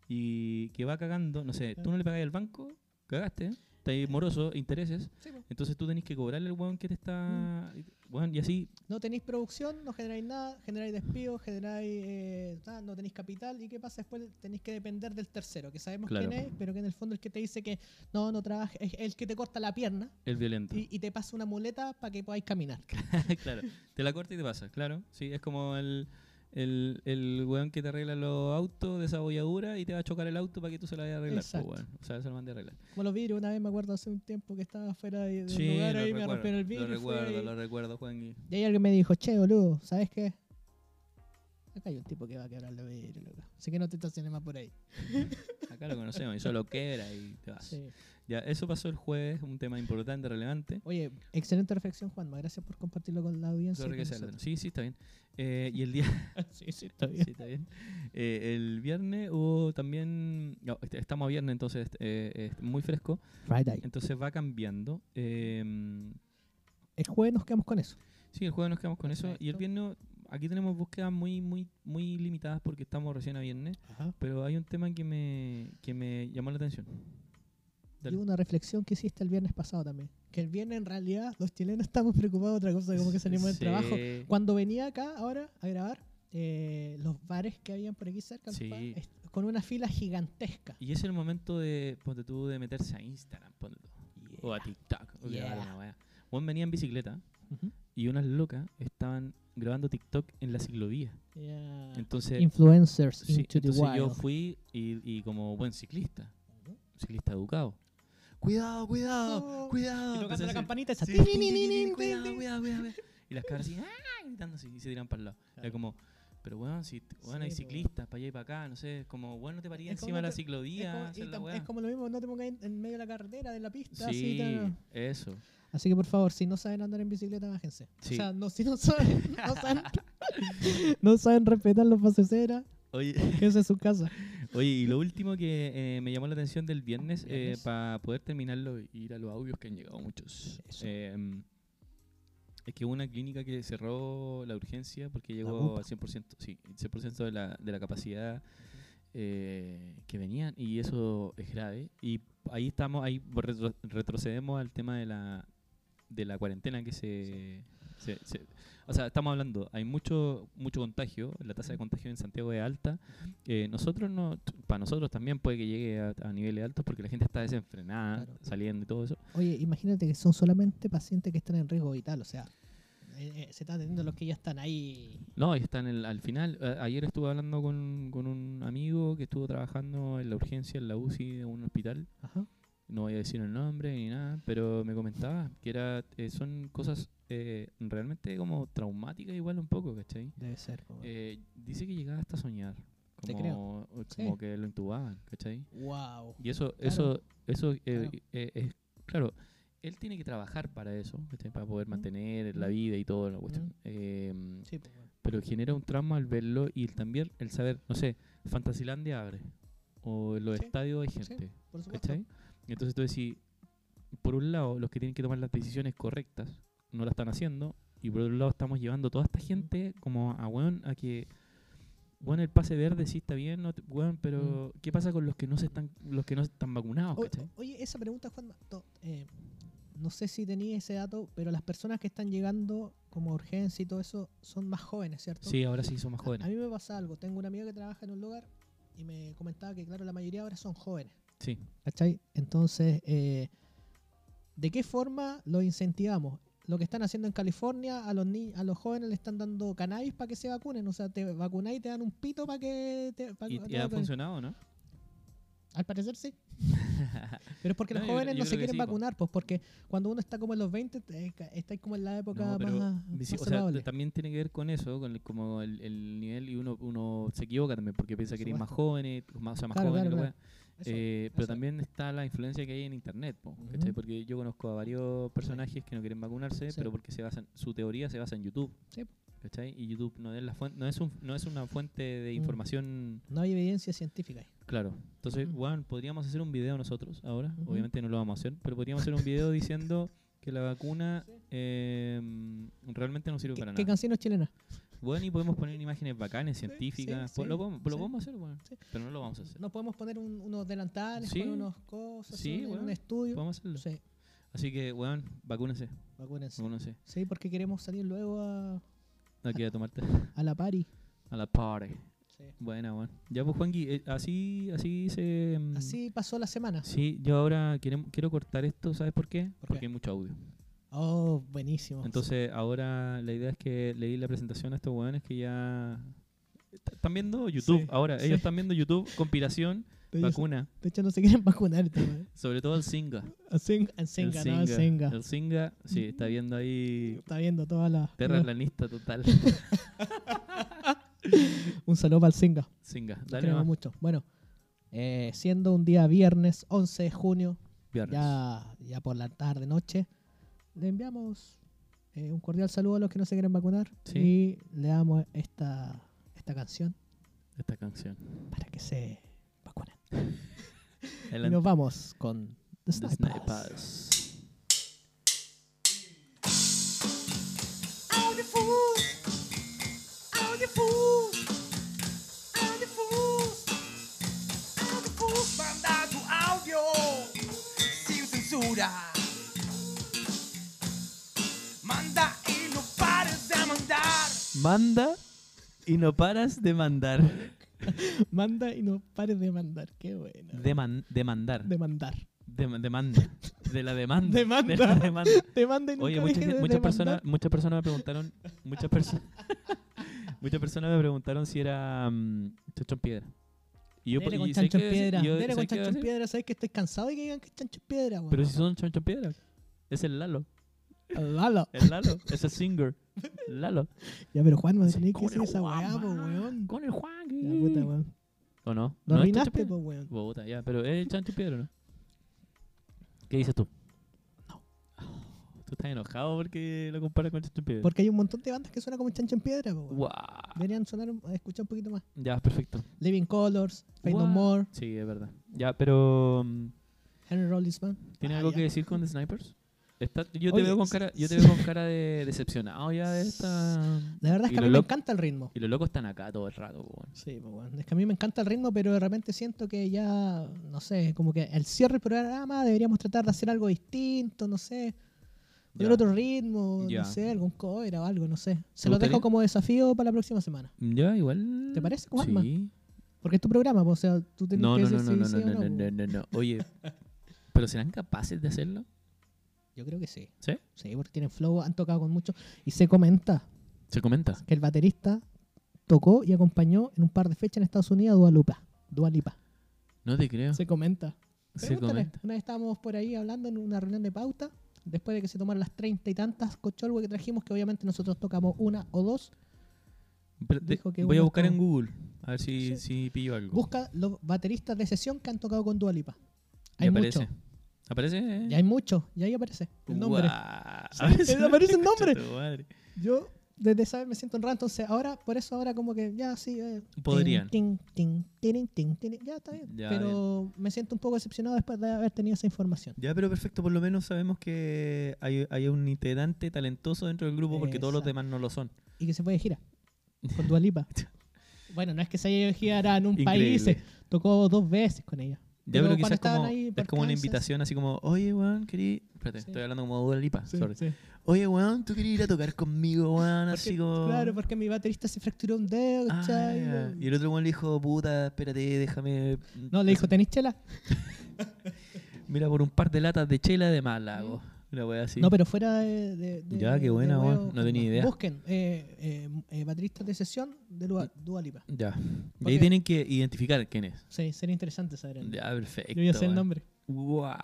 [SPEAKER 2] y que va cagando, no sé,
[SPEAKER 3] Claro.
[SPEAKER 2] tú no le pagáis al banco, cagaste, estáis moroso, intereses,
[SPEAKER 3] Sí, pues. po.
[SPEAKER 2] entonces tú tenés que cobrarle al weón que te está...
[SPEAKER 3] Mm.
[SPEAKER 2] weón, y así,
[SPEAKER 3] No tenéis producción, no generáis nada, generáis despido, generáis eh, nada, no tenéis capital. ¿Y qué pasa después? Tenéis que depender del tercero, que sabemos
[SPEAKER 2] Claro.
[SPEAKER 3] quién es, pero que en el fondo el que te dice que no, no trabajes, es el que te corta la pierna
[SPEAKER 2] el violento.
[SPEAKER 3] y, y te pasa una muleta para que podáis caminar.
[SPEAKER 2] claro, te la corta y te pasa, claro. Sí, es como el, el, el weón que te arregla los autos de esa bolladura y te va a chocar el auto para que tú se la vayas a arreglar. po,
[SPEAKER 3] Exacto.
[SPEAKER 2] weón. O sea, se lo mandé a arreglar.
[SPEAKER 3] Como los vidrios, una vez me acuerdo hace un tiempo que estaba fuera de, del
[SPEAKER 2] Sí,
[SPEAKER 3] lugar
[SPEAKER 2] lo
[SPEAKER 3] ahí, me
[SPEAKER 2] recuerdo,
[SPEAKER 3] rompieron el
[SPEAKER 2] Lo
[SPEAKER 3] vidrio. fui
[SPEAKER 2] recuerdo,
[SPEAKER 3] ahí,
[SPEAKER 2] lo recuerdo, Juan.
[SPEAKER 3] Y ahí alguien me dijo, che, boludo, ¿sabes qué? Acá hay un tipo que va a quebrar los vidrios, loco. Así que no te estaciones más por ahí.
[SPEAKER 2] Acá lo conocemos y solo quebra y te vas.
[SPEAKER 3] Sí.
[SPEAKER 2] Ya, eso pasó el jueves, un tema importante, relevante.
[SPEAKER 3] Oye, excelente reflexión, Juanma. Gracias por compartirlo con la audiencia. y
[SPEAKER 2] Sorry
[SPEAKER 3] con
[SPEAKER 2] que sea largo.
[SPEAKER 3] nosotros.
[SPEAKER 2] Sí, sí, está bien. Eh, y el día
[SPEAKER 3] sí, sí, está bien.
[SPEAKER 2] Sí, está bien. Eh, el viernes hubo también. no, est- estamos a viernes, entonces eh, es muy fresco.
[SPEAKER 3] Friday.
[SPEAKER 2] Entonces va cambiando. Em,
[SPEAKER 3] El jueves nos quedamos con eso.
[SPEAKER 2] Sí, el jueves nos quedamos con eso. Y el
[SPEAKER 3] Perfecto.
[SPEAKER 2] viernes, aquí tenemos búsquedas muy, muy, muy limitadas porque estamos recién a viernes.
[SPEAKER 3] Ajá.
[SPEAKER 2] Pero hay un tema que me, que me llamó la atención.
[SPEAKER 3] Y
[SPEAKER 2] Dale.
[SPEAKER 3] una reflexión que hiciste el viernes pasado también. Que el viernes en realidad los chilenos estamos preocupados de otra cosa, como que salimos del
[SPEAKER 2] Sí,
[SPEAKER 3] trabajo. Cuando venía acá ahora a grabar, eh, los bares que habían por aquí cerca,
[SPEAKER 2] Sí.
[SPEAKER 3] compa, es- con una fila gigantesca.
[SPEAKER 2] Y es el momento de, ponte tú, de meterse a Instagram, ponte tú, O a TikTok. o grabar
[SPEAKER 3] Yeah.
[SPEAKER 2] una wea. Juan venía en bicicleta
[SPEAKER 3] Ujú.
[SPEAKER 2] y unas locas estaban grabando TikTok en la ciclovía.
[SPEAKER 3] Yeah.
[SPEAKER 2] Entonces,
[SPEAKER 3] Influencers
[SPEAKER 2] sí,
[SPEAKER 3] Ah. into the
[SPEAKER 2] entonces
[SPEAKER 3] wild.
[SPEAKER 2] yo fui y, y como buen ciclista, ciclista educado. Cuidado, cuidado,
[SPEAKER 3] Oh.
[SPEAKER 2] cuidado. Empecé
[SPEAKER 3] y tocando
[SPEAKER 2] a
[SPEAKER 3] la
[SPEAKER 2] decir-
[SPEAKER 3] campanita esa.
[SPEAKER 2] Sí,
[SPEAKER 3] tin,
[SPEAKER 2] tin, tin,
[SPEAKER 3] tin,
[SPEAKER 2] tin,
[SPEAKER 3] tin,
[SPEAKER 2] tin,
[SPEAKER 3] tin,
[SPEAKER 2] cuidado,
[SPEAKER 3] tin.
[SPEAKER 2] cuidado, cuidado, cuidado. Y las cabras así, ¡ah! gritando así, y se tiran para el lado. Era
[SPEAKER 3] Claro.
[SPEAKER 2] como, pero weón, si t- weón, hay
[SPEAKER 3] Sí, po, weón.
[SPEAKER 2] ciclistas para allá y para acá, no sé, es como, weón, no te parías
[SPEAKER 3] Es como
[SPEAKER 2] encima de
[SPEAKER 3] no
[SPEAKER 2] la
[SPEAKER 3] te- Es
[SPEAKER 2] ciclovía,
[SPEAKER 3] como,
[SPEAKER 2] hacer
[SPEAKER 3] y
[SPEAKER 2] la
[SPEAKER 3] tam-
[SPEAKER 2] weá.
[SPEAKER 3] es como lo mismo, no te pongas en, en medio de la carretera, de la pista. así,
[SPEAKER 2] Sí,
[SPEAKER 3] tal.
[SPEAKER 2] eso.
[SPEAKER 3] Así que por favor, si no saben andar en bicicleta, bájense.
[SPEAKER 2] Sí.
[SPEAKER 3] O sea, no, si no saben, no saben, no saben respetar los pases de cebra,
[SPEAKER 2] Oye,
[SPEAKER 3] quédense en su casa.
[SPEAKER 2] oye, y lo último que eh, me llamó la atención del viernes,
[SPEAKER 3] Viernes.
[SPEAKER 2] para poder terminarlo y ir a los audios que han llegado muchos,
[SPEAKER 3] Eso.
[SPEAKER 2] eh, es que hubo una clínica que cerró la urgencia porque llegó
[SPEAKER 3] UPA.
[SPEAKER 2] al 100%, sí, 100% de la, de la capacidad eh, que venían y eso es grave. Y ahí estamos, ahí retro- retrocedemos al tema de la, de la cuarentena que se, se- se- O sea, estamos hablando, hay mucho mucho contagio, la tasa de contagio en Santiago es alta. Eh, nosotros no, para nosotros también puede que llegue a, a niveles altos porque la gente está desenfrenada,
[SPEAKER 3] Claro.
[SPEAKER 2] saliendo y todo eso.
[SPEAKER 3] Oye, imagínate que son solamente pacientes que están en riesgo vital, o sea, eh, eh, se están atendiendo los que ya están ahí.
[SPEAKER 2] No, y está en el, al final. A- ayer estuve hablando con, con un amigo que estuvo trabajando en la urgencia, en la UCI de un hospital.
[SPEAKER 3] Ajá.
[SPEAKER 2] no voy a decir el nombre ni nada, pero me comentaba que era eh, son cosas eh, realmente como traumáticas igual un poco, ¿cachai?
[SPEAKER 3] Debe ser. po, weón.
[SPEAKER 2] Eh, dice que llegaba hasta soñar,
[SPEAKER 3] Te
[SPEAKER 2] como, o-
[SPEAKER 3] Sí.
[SPEAKER 2] como que lo intubaban, ¿cachai?
[SPEAKER 3] wow.
[SPEAKER 2] Y eso,
[SPEAKER 3] Claro.
[SPEAKER 2] eso, eso eh,
[SPEAKER 3] Claro.
[SPEAKER 2] eh, es, claro, él tiene que trabajar para eso, ¿cachai? Para poder
[SPEAKER 3] Mm.
[SPEAKER 2] mantener la
[SPEAKER 3] Mm.
[SPEAKER 2] vida y todo la cuestión.
[SPEAKER 3] Mm.
[SPEAKER 2] Em,
[SPEAKER 3] Sí, po, weón.
[SPEAKER 2] pero genera un trauma al verlo y el también el saber, no sé, Fantasilandia abre, o en los
[SPEAKER 3] Sí.
[SPEAKER 2] estadios hay
[SPEAKER 3] Sí.
[SPEAKER 2] gente.
[SPEAKER 3] por supuesto.
[SPEAKER 2] ¿Cachai? Entonces tú decís, por un lado, los que tienen que tomar las decisiones correctas no la están haciendo, y por otro lado estamos llevando a toda esta gente como a weón a que bueno el pase verde sí está bien, no te- weón, pero ¿qué pasa con los que no se están, los que no están vacunados,
[SPEAKER 3] O-
[SPEAKER 2] cachai?
[SPEAKER 3] oye, esa pregunta, Juan, no, eh, no sé si tenía ese dato, pero las personas que están llegando como urgencia y todo eso son más jóvenes, ¿cierto?
[SPEAKER 2] Sí, ahora sí son más
[SPEAKER 3] A
[SPEAKER 2] jóvenes.
[SPEAKER 3] mí me pasa algo. Tengo una amiga que trabaja en un lugar y me comentaba que, claro, la mayoría ahora son jóvenes.
[SPEAKER 2] Sí.
[SPEAKER 3] ¿Cachai? Entonces, eh, ¿de qué forma lo incentivamos? Lo que están haciendo en California, a los ni a los jóvenes le están dando cannabis para que se vacunen. O sea, te vacunáis y te dan un pito para que te, pa'
[SPEAKER 2] Y,
[SPEAKER 3] que
[SPEAKER 2] y
[SPEAKER 3] te
[SPEAKER 2] ha
[SPEAKER 3] vacunen.
[SPEAKER 2] funcionado, ¿no?
[SPEAKER 3] Al parecer sí. Pero es porque
[SPEAKER 2] No,
[SPEAKER 3] los
[SPEAKER 2] yo
[SPEAKER 3] jóvenes
[SPEAKER 2] creo- yo
[SPEAKER 3] no se
[SPEAKER 2] creo que
[SPEAKER 3] quieren
[SPEAKER 2] sí, po.
[SPEAKER 3] vacunar, pues porque cuando uno está como en los 20, te- ca- está como en la época
[SPEAKER 2] No, pero
[SPEAKER 3] más,
[SPEAKER 2] mi- sí,
[SPEAKER 3] más
[SPEAKER 2] o sea,
[SPEAKER 3] saludable.
[SPEAKER 2] también tiene que ver con eso, con el, como el, el nivel y uno, uno se equivoca también porque piensa
[SPEAKER 3] Por
[SPEAKER 2] que eres más
[SPEAKER 3] supuesto.
[SPEAKER 2] jóvenes, más, o sea, más
[SPEAKER 3] Claro,
[SPEAKER 2] joven y
[SPEAKER 3] claro,
[SPEAKER 2] la
[SPEAKER 3] claro.
[SPEAKER 2] wea.
[SPEAKER 3] Eso.
[SPEAKER 2] Eh, pero
[SPEAKER 3] eso.
[SPEAKER 2] también está la influencia que hay en internet, po,
[SPEAKER 3] Ujú.
[SPEAKER 2] ¿cachai? porque yo conozco a varios personajes que no quieren vacunarse,
[SPEAKER 3] Sí.
[SPEAKER 2] pero porque se basan, su teoría se basa en YouTube,
[SPEAKER 3] Sí, po.
[SPEAKER 2] ¿cachai? Y YouTube no es la fuente, no es un, no es una fuente de
[SPEAKER 3] Mm.
[SPEAKER 2] información,
[SPEAKER 3] No hay evidencia científica ahí.
[SPEAKER 2] claro. Entonces,
[SPEAKER 3] Ujú.
[SPEAKER 2] weón, podríamos hacer un video nosotros ahora,
[SPEAKER 3] Ujú.
[SPEAKER 2] obviamente no lo vamos a hacer, pero podríamos hacer un video diciendo que la vacuna em, realmente no sirve
[SPEAKER 3] ¿Qué,
[SPEAKER 2] para
[SPEAKER 3] qué
[SPEAKER 2] nada.
[SPEAKER 3] canción es chilena?
[SPEAKER 2] Bueno, y podemos poner imágenes bacanes, científicas.
[SPEAKER 3] sí,
[SPEAKER 2] po-
[SPEAKER 3] sí,
[SPEAKER 2] lo, podemos, lo
[SPEAKER 3] sí.
[SPEAKER 2] podemos hacer, bueno.
[SPEAKER 3] Sí.
[SPEAKER 2] Pero no lo vamos a hacer.
[SPEAKER 3] Nos podemos poner un- unos delantales,
[SPEAKER 2] Sí.
[SPEAKER 3] poner unos cosas,
[SPEAKER 2] Sí,
[SPEAKER 3] un, en
[SPEAKER 2] weón.
[SPEAKER 3] un estudio.
[SPEAKER 2] Podemos hacerlo.
[SPEAKER 3] Sí,
[SPEAKER 2] Así que, weón, vacúnense.
[SPEAKER 3] vacúnense.
[SPEAKER 2] Vacúnense.
[SPEAKER 3] Sí, porque queremos salir luego a,
[SPEAKER 2] No queda tomarte
[SPEAKER 3] a la party.
[SPEAKER 2] a la party.
[SPEAKER 3] Sí.
[SPEAKER 2] Buena, weón. Ya, pues, Juanqui, eh, así, así se. mm,
[SPEAKER 3] Así pasó la semana.
[SPEAKER 2] Sí, yo ahora quiero, quiero cortar esto, ¿sabes por qué?
[SPEAKER 3] ¿Por qué?
[SPEAKER 2] Porque hay mucho audio.
[SPEAKER 3] Oh, buenísimo.
[SPEAKER 2] Entonces, ahora la idea es que leí la presentación a estos weones que ya. Est- Están viendo YouTube
[SPEAKER 3] Sí,
[SPEAKER 2] ahora.
[SPEAKER 3] sí.
[SPEAKER 2] Ellos están viendo YouTube, compilación,
[SPEAKER 3] de, hecho,
[SPEAKER 2] vacuna.
[SPEAKER 3] de hecho, no se quieren vacunar. este, weón.
[SPEAKER 2] Sobre todo el Singa.
[SPEAKER 3] A Senga, a Senga, no, a Senga.
[SPEAKER 2] El Singa, sí, está viendo ahí
[SPEAKER 3] Está viendo todas las.
[SPEAKER 2] terraplanista total.
[SPEAKER 3] Un saludo para el Senga.
[SPEAKER 2] Singa,
[SPEAKER 3] Lo
[SPEAKER 2] dale
[SPEAKER 3] queremos
[SPEAKER 2] nomás.
[SPEAKER 3] mucho. Bueno, eh, siendo un día viernes 11 de junio,
[SPEAKER 2] Viernes.
[SPEAKER 3] ya, ya por la tarde, noche, le enviamos eh, un cordial saludo a los que no se quieren vacunar
[SPEAKER 2] Sí.
[SPEAKER 3] y le damos esta, esta canción
[SPEAKER 2] Esta canción.
[SPEAKER 3] para que se vacunen.
[SPEAKER 2] El
[SPEAKER 3] Y nos vamos con The
[SPEAKER 2] The
[SPEAKER 3] Snipers.
[SPEAKER 2] Snipers.
[SPEAKER 1] Are you fools? Are you fools? Are you fools? Are you fools? Manda tu audio sin censura. Manda y no pares de mandar.
[SPEAKER 2] Manda y no paras de mandar.
[SPEAKER 3] Manda y no pares de mandar. Qué bueno.
[SPEAKER 2] Deman- demandar.
[SPEAKER 3] De mandar.
[SPEAKER 2] Dem- demanda. De la demanda.
[SPEAKER 3] Demanda.
[SPEAKER 2] De la demanda.
[SPEAKER 3] Te manda y nunca
[SPEAKER 2] Oye, mucha
[SPEAKER 3] dejes
[SPEAKER 2] gente-
[SPEAKER 3] de
[SPEAKER 2] muchas
[SPEAKER 3] demandar.
[SPEAKER 2] personas muchas personas me preguntaron. Muchas personas. Muchas personas me preguntaron si era mm, Chancho en Piedra. Y
[SPEAKER 3] Dele
[SPEAKER 2] y
[SPEAKER 3] con
[SPEAKER 2] sé
[SPEAKER 3] chancho
[SPEAKER 2] que
[SPEAKER 3] en
[SPEAKER 2] dec-
[SPEAKER 3] piedra.
[SPEAKER 2] yo
[SPEAKER 3] Dele
[SPEAKER 2] sé
[SPEAKER 3] con
[SPEAKER 2] que
[SPEAKER 3] chancho
[SPEAKER 2] decir-
[SPEAKER 3] en piedra. Sabes que estoy cansado de que digan que es chancho en piedra, weón.
[SPEAKER 2] Pero si son chancho en piedra. Es el Lalo.
[SPEAKER 3] Lalo.
[SPEAKER 2] El Lalo. es el singer. Lalo.
[SPEAKER 3] Ya, pero Juan,
[SPEAKER 2] Sí,
[SPEAKER 3] me tenés que
[SPEAKER 2] con
[SPEAKER 3] decir
[SPEAKER 2] el
[SPEAKER 3] esa weá,
[SPEAKER 2] Juan,
[SPEAKER 3] po,
[SPEAKER 2] ma.
[SPEAKER 3] weón.
[SPEAKER 2] Con el Juan.
[SPEAKER 3] La puta, weón.
[SPEAKER 2] ¿O no?
[SPEAKER 3] Lo
[SPEAKER 2] ¿No es chancho en
[SPEAKER 3] arruinaste,
[SPEAKER 2] piedra?
[SPEAKER 3] po, weón.
[SPEAKER 2] Bogotá, ya. Pero es el chancho en piedra, ¿no? ¿Qué dices tú?
[SPEAKER 3] No.
[SPEAKER 2] Oh, tú estás enojado porque lo comparas con chancho en piedra.
[SPEAKER 3] Porque hay un montón de bandas que suenan como chancho en piedra, po, weón.
[SPEAKER 2] Guau.
[SPEAKER 3] Deberían sonar, un- escuchar un poquito más.
[SPEAKER 2] Ya, perfecto.
[SPEAKER 3] Living Colors, Fade No
[SPEAKER 2] Guau.
[SPEAKER 3] More,
[SPEAKER 2] Sí, es verdad. Ya, pero... mm,
[SPEAKER 3] Henry Rollins Band.
[SPEAKER 2] ¿Tiene
[SPEAKER 3] Ah,
[SPEAKER 2] algo
[SPEAKER 3] ya.
[SPEAKER 2] que decir con The Snipers? Está- yo, te
[SPEAKER 3] Oye,
[SPEAKER 2] veo con
[SPEAKER 3] sí,
[SPEAKER 2] cara, yo te
[SPEAKER 3] sí.
[SPEAKER 2] veo con cara de decepcionado ya de esta...
[SPEAKER 3] La verdad
[SPEAKER 2] Y
[SPEAKER 3] es que a
[SPEAKER 2] lo
[SPEAKER 3] mí me
[SPEAKER 2] loco-
[SPEAKER 3] encanta el ritmo.
[SPEAKER 2] Y los locos están acá todo el rato, po, weón.
[SPEAKER 3] Sí, po, weón. Es que a mí me encanta el ritmo, pero de repente siento que ya, no sé, como que el cierre del programa deberíamos tratar de hacer algo distinto, no sé.
[SPEAKER 2] Ya.
[SPEAKER 3] Poner otro ritmo,
[SPEAKER 2] Ya.
[SPEAKER 3] no sé, algún cover o algo, no sé. Se
[SPEAKER 2] ¿Te
[SPEAKER 3] lo
[SPEAKER 2] gustaría?
[SPEAKER 3] dejo como desafío para la próxima semana.
[SPEAKER 2] Ya, igual.
[SPEAKER 3] ¿Te parece, Juanma?
[SPEAKER 2] Sí.
[SPEAKER 3] Porque es tu programa, po, o sea, tú tenés
[SPEAKER 2] No,
[SPEAKER 3] que
[SPEAKER 2] no,
[SPEAKER 3] decir
[SPEAKER 2] no, no,
[SPEAKER 3] si
[SPEAKER 2] no,
[SPEAKER 3] sí
[SPEAKER 2] no, no,
[SPEAKER 3] o no, pues. po.
[SPEAKER 2] no, no, no. Oye, ¿pero serán capaces de hacerlo?
[SPEAKER 3] Yo creo que sí.
[SPEAKER 2] ¿Sí?
[SPEAKER 3] Sí, porque tienen flow, han tocado con mucho. Y se comenta
[SPEAKER 2] Se comenta.
[SPEAKER 3] que el baterista tocó y acompañó en un par de fechas en Estados Unidos a Dua Lipa. Dua Lipa.
[SPEAKER 2] No te creo.
[SPEAKER 3] Se comenta.
[SPEAKER 2] Se
[SPEAKER 3] Pregúntale.
[SPEAKER 2] comenta.
[SPEAKER 3] Una vez estábamos por ahí hablando en una reunión de pauta, después de que se tomaron las treinta y tantas cocholwe que trajimos, que obviamente nosotros tocamos una o dos.
[SPEAKER 2] Pero te-
[SPEAKER 3] Dijo que
[SPEAKER 2] voy a
[SPEAKER 3] uno
[SPEAKER 2] buscar en
[SPEAKER 3] estaba-
[SPEAKER 2] Google. A ver si,
[SPEAKER 3] Sí.
[SPEAKER 2] si pillo algo.
[SPEAKER 3] Busca los bateristas de sesión que han tocado con Dua Lipa.
[SPEAKER 2] Y
[SPEAKER 3] Hay
[SPEAKER 2] aparece.
[SPEAKER 3] mucho.
[SPEAKER 2] ¿Aparece? eh?
[SPEAKER 3] Y hay mucho. Y ahí aparece el nombre.
[SPEAKER 2] Guau.
[SPEAKER 3] Sí, ahí aparece el nombre.
[SPEAKER 2] Concha tu madre.
[SPEAKER 3] Yo desde esa vez me siento honrado, entonces ahora, por eso ahora como que ya sí. eh,
[SPEAKER 2] Podrían.
[SPEAKER 3] tin, tin, tin, tin, tin, tin, ya está bien.
[SPEAKER 2] Ya,
[SPEAKER 3] pero me siento un poco decepcionado después de haber tenido esa información.
[SPEAKER 2] Ya, pero perfecto. Por lo menos sabemos que hay, hay un integrante talentoso dentro del grupo porque todos los
[SPEAKER 3] Exacto.
[SPEAKER 2] demás no lo son.
[SPEAKER 3] Y que se fue de gira con Dualipa. bueno, no es que se haya ido de gira en un país,
[SPEAKER 2] Increíble.
[SPEAKER 3] eh, tocó dos veces con ella.
[SPEAKER 2] Ya, pero
[SPEAKER 3] Pero cuando
[SPEAKER 2] quizás
[SPEAKER 3] estaban
[SPEAKER 2] como,
[SPEAKER 3] ahí
[SPEAKER 2] es
[SPEAKER 3] por
[SPEAKER 2] como una
[SPEAKER 3] Kansas.
[SPEAKER 2] invitación así como, oye, weón, querí... Espérate,
[SPEAKER 3] Sí.
[SPEAKER 2] estoy hablando como Dua Lipa, sorry. Ah,
[SPEAKER 3] Sí.
[SPEAKER 2] Oye, weón, ¿tú querías ir a tocar conmigo, weón?
[SPEAKER 3] Porque-
[SPEAKER 2] Así como...
[SPEAKER 3] Claro, porque mi baterista se fracturó un dedo,
[SPEAKER 2] Ah,
[SPEAKER 3] ¿cachai?
[SPEAKER 2] ya. Y el otro weón le dijo, puta, espérate, déjame...
[SPEAKER 3] No, le dijo, ¿tenés chela?
[SPEAKER 2] Mira, por un par de latas de chela de más la hago. Una weá así.
[SPEAKER 3] Mm. No, pero fuera de. de- de-
[SPEAKER 2] Ya, qué
[SPEAKER 3] de
[SPEAKER 2] buena,
[SPEAKER 3] huevo,
[SPEAKER 2] weón. No tenía
[SPEAKER 3] Juanma.
[SPEAKER 2] idea.
[SPEAKER 3] Busquen eh, eh, eh, bateristas de sesión de Dua, Dua Lipa.
[SPEAKER 2] Ya. Y ahí
[SPEAKER 3] Porque-
[SPEAKER 2] tienen que identificar quién es.
[SPEAKER 3] Sí, sería interesante saber el nombre.
[SPEAKER 2] Ya, perfecto.
[SPEAKER 3] Yo ya sé el
[SPEAKER 2] weón.
[SPEAKER 3] nombre.
[SPEAKER 2] Guau.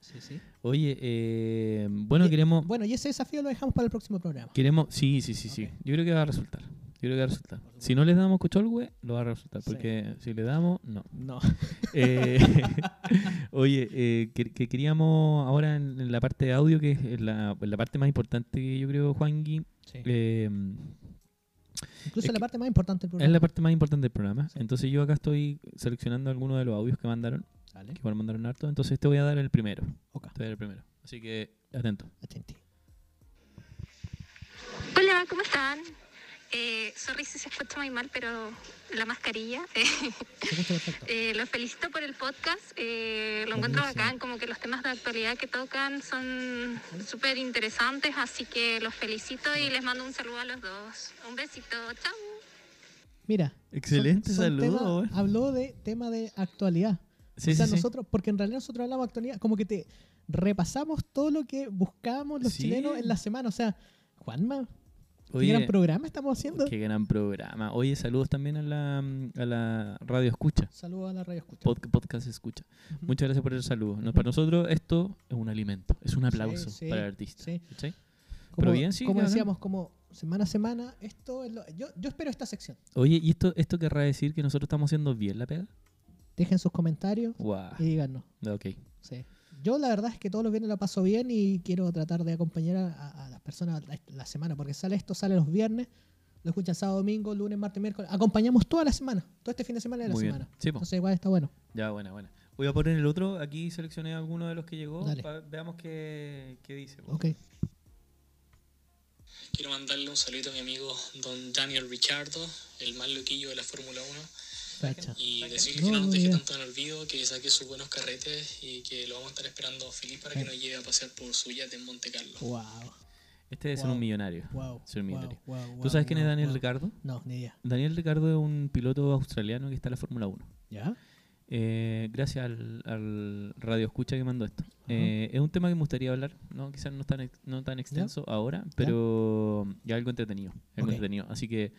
[SPEAKER 3] Sí, sí.
[SPEAKER 2] Oye, eh, bueno,
[SPEAKER 3] Eh,
[SPEAKER 2] queremos,
[SPEAKER 3] Bueno, y ese desafío lo dejamos para el próximo programa.
[SPEAKER 2] queremos. Sí, sí, sí, sí.
[SPEAKER 3] Ok.
[SPEAKER 2] Yo creo que va a resultar. Yo creo que va a resultar. Si no les damos cochol, güey, lo va a resultar.
[SPEAKER 3] Sí.
[SPEAKER 2] Porque si le damos, no.
[SPEAKER 3] No.
[SPEAKER 2] Eh, oye, eh, que, que queríamos ahora en, en la parte de audio, que es la, la parte más importante que yo creo, Juangui, eh, es
[SPEAKER 3] Incluso la
[SPEAKER 2] que-
[SPEAKER 3] parte más importante del
[SPEAKER 2] es
[SPEAKER 3] programa.
[SPEAKER 2] la parte más importante del programa.
[SPEAKER 3] Sí.
[SPEAKER 2] Entonces yo acá estoy seleccionando algunos de los audios que mandaron,
[SPEAKER 3] Dale.
[SPEAKER 2] que igual mandaron harto. Entonces te voy a dar el primero.
[SPEAKER 3] Ok.
[SPEAKER 2] Te voy a dar el primero. Así que atento.
[SPEAKER 3] Atenti.
[SPEAKER 4] Hola, ¿cómo están? Eh, sorry si se escucha muy mal, pero la mascarilla.
[SPEAKER 3] Se escucha perfecto.
[SPEAKER 4] Eh, los felicito por el podcast. eh, lo encuentro
[SPEAKER 3] Buenísimo.
[SPEAKER 4] bacán, como que los temas de actualidad que tocan son súper interesantes, así que los felicito y les mando un saludo a los dos. Un besito, chao.
[SPEAKER 3] Mira. son-
[SPEAKER 2] Excelente
[SPEAKER 3] son
[SPEAKER 2] saludo. eh.
[SPEAKER 3] tema- habló de tema de actualidad.
[SPEAKER 2] Sí,
[SPEAKER 3] o sea,
[SPEAKER 2] sí, sí.
[SPEAKER 3] nosotros, porque en realidad nosotros hablamos de actualidad, como que te repasamos todo lo que buscábamos los
[SPEAKER 2] Sí.
[SPEAKER 3] chilenos en la semana. O sea, Juanma,
[SPEAKER 2] Oye,
[SPEAKER 3] qué gran programa estamos haciendo.
[SPEAKER 2] qué gran programa. Oye, saludos también a la, a la radio escucha.
[SPEAKER 3] Saludos a la radio escucha.
[SPEAKER 2] Pod- podcast escucha.
[SPEAKER 3] Ujú.
[SPEAKER 2] Muchas gracias por el saludo. No,
[SPEAKER 3] Ujú.
[SPEAKER 2] para nosotros esto es un alimento, es un aplauso
[SPEAKER 3] sí,
[SPEAKER 2] para el artista.
[SPEAKER 3] sí.
[SPEAKER 2] ¿cachai?
[SPEAKER 3] Como,
[SPEAKER 2] pero bien, sí,
[SPEAKER 3] como
[SPEAKER 2] bacán.
[SPEAKER 3] decíamos, como semana a semana, esto es lo- yo, yo espero esta sección.
[SPEAKER 2] Oye, ¿y esto, esto querrá decir que nosotros estamos haciendo bien la pega?
[SPEAKER 3] Dejen sus comentarios
[SPEAKER 2] ¡Guau!
[SPEAKER 3] y díganos.
[SPEAKER 2] Ok.
[SPEAKER 3] Sí. Yo la verdad es que todos los viernes la paso bien y quiero tratar de acompañar a, a- a las personas la, la semana, porque sale esto, sale los viernes, lo escuchan sábado, domingo, lunes, martes, miércoles. Acompañamos toda la semana, todo este fin de semana de la
[SPEAKER 2] Muy bien.
[SPEAKER 3] semana.
[SPEAKER 2] Sí, po.
[SPEAKER 3] Entonces igual está bueno.
[SPEAKER 2] Ya, buena, buena. Voy a poner el otro. Aquí seleccioné alguno de los que llegó.
[SPEAKER 3] Dale.
[SPEAKER 2] Pa- veamos qué, qué dice. po.
[SPEAKER 3] Ok.
[SPEAKER 5] Quiero mandarle un saludo a mi amigo Don Daniel Richardo, el más loquillo de la Fórmula 1,
[SPEAKER 3] Cacha.
[SPEAKER 5] y decirle
[SPEAKER 3] No,
[SPEAKER 5] que no
[SPEAKER 3] no,
[SPEAKER 5] nos deje
[SPEAKER 3] ya.
[SPEAKER 5] tanto en el olvido, que saque sus buenos carretes y que lo vamos a estar esperando feliz para que
[SPEAKER 3] Sí.
[SPEAKER 5] nos lleve a pasear por su yate en Monte Carlo.
[SPEAKER 3] Wow.
[SPEAKER 2] Este es
[SPEAKER 3] Wow.
[SPEAKER 2] un millonario.
[SPEAKER 3] Wow.
[SPEAKER 2] Ser millonario.
[SPEAKER 3] wow, wow,
[SPEAKER 2] ¿Tú sabes quién es
[SPEAKER 3] wow,
[SPEAKER 2] Daniel
[SPEAKER 3] wow.
[SPEAKER 2] Ricardo?
[SPEAKER 3] No, ni idea.
[SPEAKER 2] Daniel Ricardo es un piloto australiano que está en la Fórmula 1.
[SPEAKER 3] ¿Ya?
[SPEAKER 2] Eh, gracias al, al radio escucha que mandó esto. Eh, es un tema que me gustaría hablar, ¿no? quizás no tan, ex- no tan extenso ahora, pero ya algo entretenido. algo
[SPEAKER 3] Ok.
[SPEAKER 2] entretenido. Así que,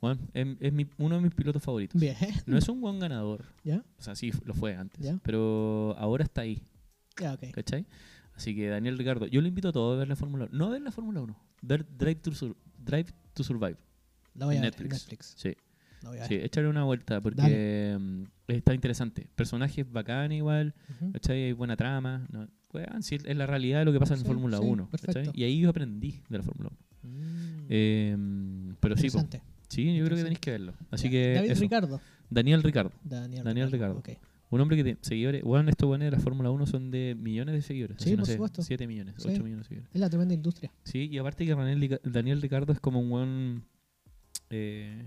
[SPEAKER 2] bueno, es, es mi- uno de mis pilotos favoritos.
[SPEAKER 3] Bien.
[SPEAKER 2] No es un buen ganador,
[SPEAKER 3] ¿eh? ¿Ya?
[SPEAKER 2] o sea, sí lo fue antes,
[SPEAKER 3] Ya.
[SPEAKER 2] pero ahora está ahí,
[SPEAKER 3] Ya, ok.
[SPEAKER 2] ¿cachai? Así que Daniel Ricardo, yo le invito a todos a ver la Fórmula 1. No a ver la Fórmula 1, ver Drive to, Sur- Drive to Survive.
[SPEAKER 3] La voy a
[SPEAKER 2] Netflix.
[SPEAKER 3] ver. Oh, Netflix.
[SPEAKER 2] Sí,
[SPEAKER 3] La voy a ver.
[SPEAKER 2] sí, échale una vuelta porque
[SPEAKER 3] Dale.
[SPEAKER 2] mm, está interesante. Personajes bacán igual.
[SPEAKER 3] Ujú.
[SPEAKER 2] ¿cachai? Hay buena trama. ¿no? Weón, sí, es la realidad de lo que pasa en
[SPEAKER 3] Sí,
[SPEAKER 2] Fórmula
[SPEAKER 3] sí,
[SPEAKER 2] 1. ¿cachai?
[SPEAKER 3] perfecto.
[SPEAKER 2] Y ahí yo aprendí de la Fórmula 1.
[SPEAKER 3] Mm,
[SPEAKER 2] Em, pero sí, po.
[SPEAKER 3] interesante.
[SPEAKER 2] sí, yo creo que
[SPEAKER 3] Interesante.
[SPEAKER 2] tenéis que verlo. Así
[SPEAKER 3] Ya.
[SPEAKER 2] que
[SPEAKER 3] David
[SPEAKER 2] eso.
[SPEAKER 3] Ricardo.
[SPEAKER 2] Daniel Ricardo.
[SPEAKER 3] Daniel,
[SPEAKER 2] Daniel Ricardo.
[SPEAKER 3] Ok.
[SPEAKER 2] Un hombre que tiene seguidores. Bueno, estos buenos de la Fórmula 1 son de millones de seguidores.
[SPEAKER 3] Sí, por supuesto.
[SPEAKER 2] 7 millones,
[SPEAKER 3] Sí.
[SPEAKER 2] 8 millones de seguidores.
[SPEAKER 3] Es la tremenda industria.
[SPEAKER 2] Sí, y aparte que Daniel Lica- Daniel Ricardo es como un buen. eh,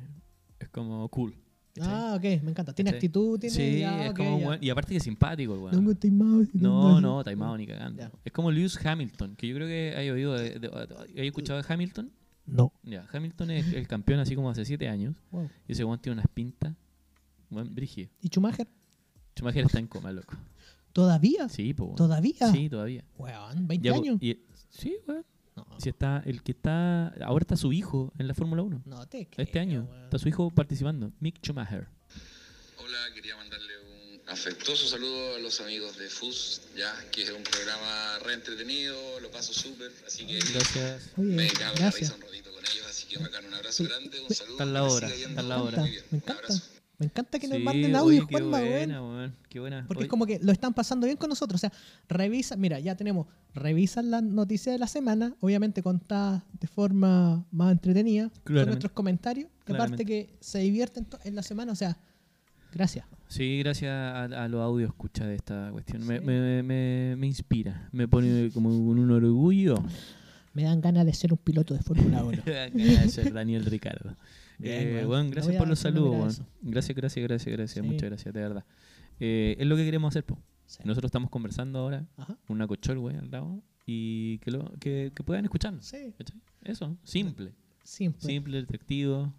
[SPEAKER 2] es como cool. ¿cachai?
[SPEAKER 3] Ah, ok, me encanta. Tiene
[SPEAKER 2] ¿Cachai?
[SPEAKER 3] actitud, tiene.
[SPEAKER 2] sí,
[SPEAKER 3] ya,
[SPEAKER 2] es
[SPEAKER 3] ok,
[SPEAKER 2] como un
[SPEAKER 3] ya.
[SPEAKER 2] buen- Y aparte que es simpático, el weón.
[SPEAKER 3] No, no, taimado.
[SPEAKER 2] No, no, taimado ni cagando.
[SPEAKER 3] Ya.
[SPEAKER 2] Es como Lewis Hamilton, que yo creo que hay oído, de, de- hay escuchado de Hamilton.
[SPEAKER 3] No.
[SPEAKER 2] Ya, Hamilton es el campeón así como hace 7 años.
[SPEAKER 3] Wow.
[SPEAKER 2] Y ese guante tiene unas pintas. Buen brígido.
[SPEAKER 3] ¿Y Schumacher?
[SPEAKER 2] Schumacher está en coma, loco.
[SPEAKER 3] ¿Todavía?
[SPEAKER 2] Sí, po, weón.
[SPEAKER 3] Ah, ¿Todavía?
[SPEAKER 2] Sí, todavía.
[SPEAKER 3] Weón, 20
[SPEAKER 2] Ya, po,
[SPEAKER 3] años.
[SPEAKER 2] y- sí, weón.
[SPEAKER 3] No,
[SPEAKER 2] Si está, el que está, ahora está su hijo en la Fórmula 1.
[SPEAKER 3] no te creo,
[SPEAKER 2] Este año
[SPEAKER 3] weón.
[SPEAKER 2] está su hijo participando, Mick Schumacher.
[SPEAKER 6] Hola, quería mandarle un afectuoso saludo a los amigos de FUS, ya que es un programa re entretenido, lo paso súper, así que
[SPEAKER 2] Gracias.
[SPEAKER 3] Oye,
[SPEAKER 6] me cago en la risa
[SPEAKER 3] gracias.
[SPEAKER 6] un ratito con ellos, así que bacán, un abrazo grande, un saludo.
[SPEAKER 2] Está en la
[SPEAKER 6] que
[SPEAKER 2] hora,
[SPEAKER 6] siga yendo
[SPEAKER 2] está en la hora.
[SPEAKER 6] muy bien,
[SPEAKER 3] Me
[SPEAKER 6] un
[SPEAKER 3] encanta.
[SPEAKER 6] abrazo.
[SPEAKER 3] Me encanta que nos
[SPEAKER 2] Sí,
[SPEAKER 3] manden
[SPEAKER 2] oye,
[SPEAKER 3] audio,
[SPEAKER 2] qué
[SPEAKER 3] Juanma, weón.
[SPEAKER 2] buena, weón, Qué buena.
[SPEAKER 3] Porque
[SPEAKER 2] Oye,
[SPEAKER 3] es como que lo están pasando bien con nosotros. O sea, revisan, mira, ya tenemos, revisan las noticias de la semana, obviamente contadas de forma más entretenida, con
[SPEAKER 2] Claramente.
[SPEAKER 3] nuestros comentarios, y aparte
[SPEAKER 2] Claramente.
[SPEAKER 3] que se divierten to- en la semana, o sea, gracias.
[SPEAKER 2] Sí, gracias a, a los audios escucha de esta cuestión. Me,
[SPEAKER 3] Sí.
[SPEAKER 2] me- me- me inspira, me pone como con un orgullo.
[SPEAKER 3] Me dan ganas de ser un piloto de Fórmula 1.
[SPEAKER 2] gracias, Daniel Ricardo.
[SPEAKER 3] Bien,
[SPEAKER 2] Eh,
[SPEAKER 3] weón.
[SPEAKER 2] weón,
[SPEAKER 3] Lo
[SPEAKER 2] gracias
[SPEAKER 3] voy
[SPEAKER 2] por
[SPEAKER 3] a
[SPEAKER 2] los saludos.
[SPEAKER 3] denominar
[SPEAKER 2] weón.
[SPEAKER 3] eso.
[SPEAKER 2] Gracias, gracias, gracias, gracias.
[SPEAKER 3] Sí.
[SPEAKER 2] Muchas gracias, de verdad. Eh, es lo que queremos hacer. po.
[SPEAKER 3] Sí.
[SPEAKER 2] Nosotros estamos conversando ahora
[SPEAKER 3] Ajá.
[SPEAKER 2] con una cochol, güey, al lado. Y que, lo, que, que puedan escucharnos.
[SPEAKER 3] Sí,
[SPEAKER 2] ¿cachai? Eso, simple.
[SPEAKER 3] simple.
[SPEAKER 2] Simple, detectivo.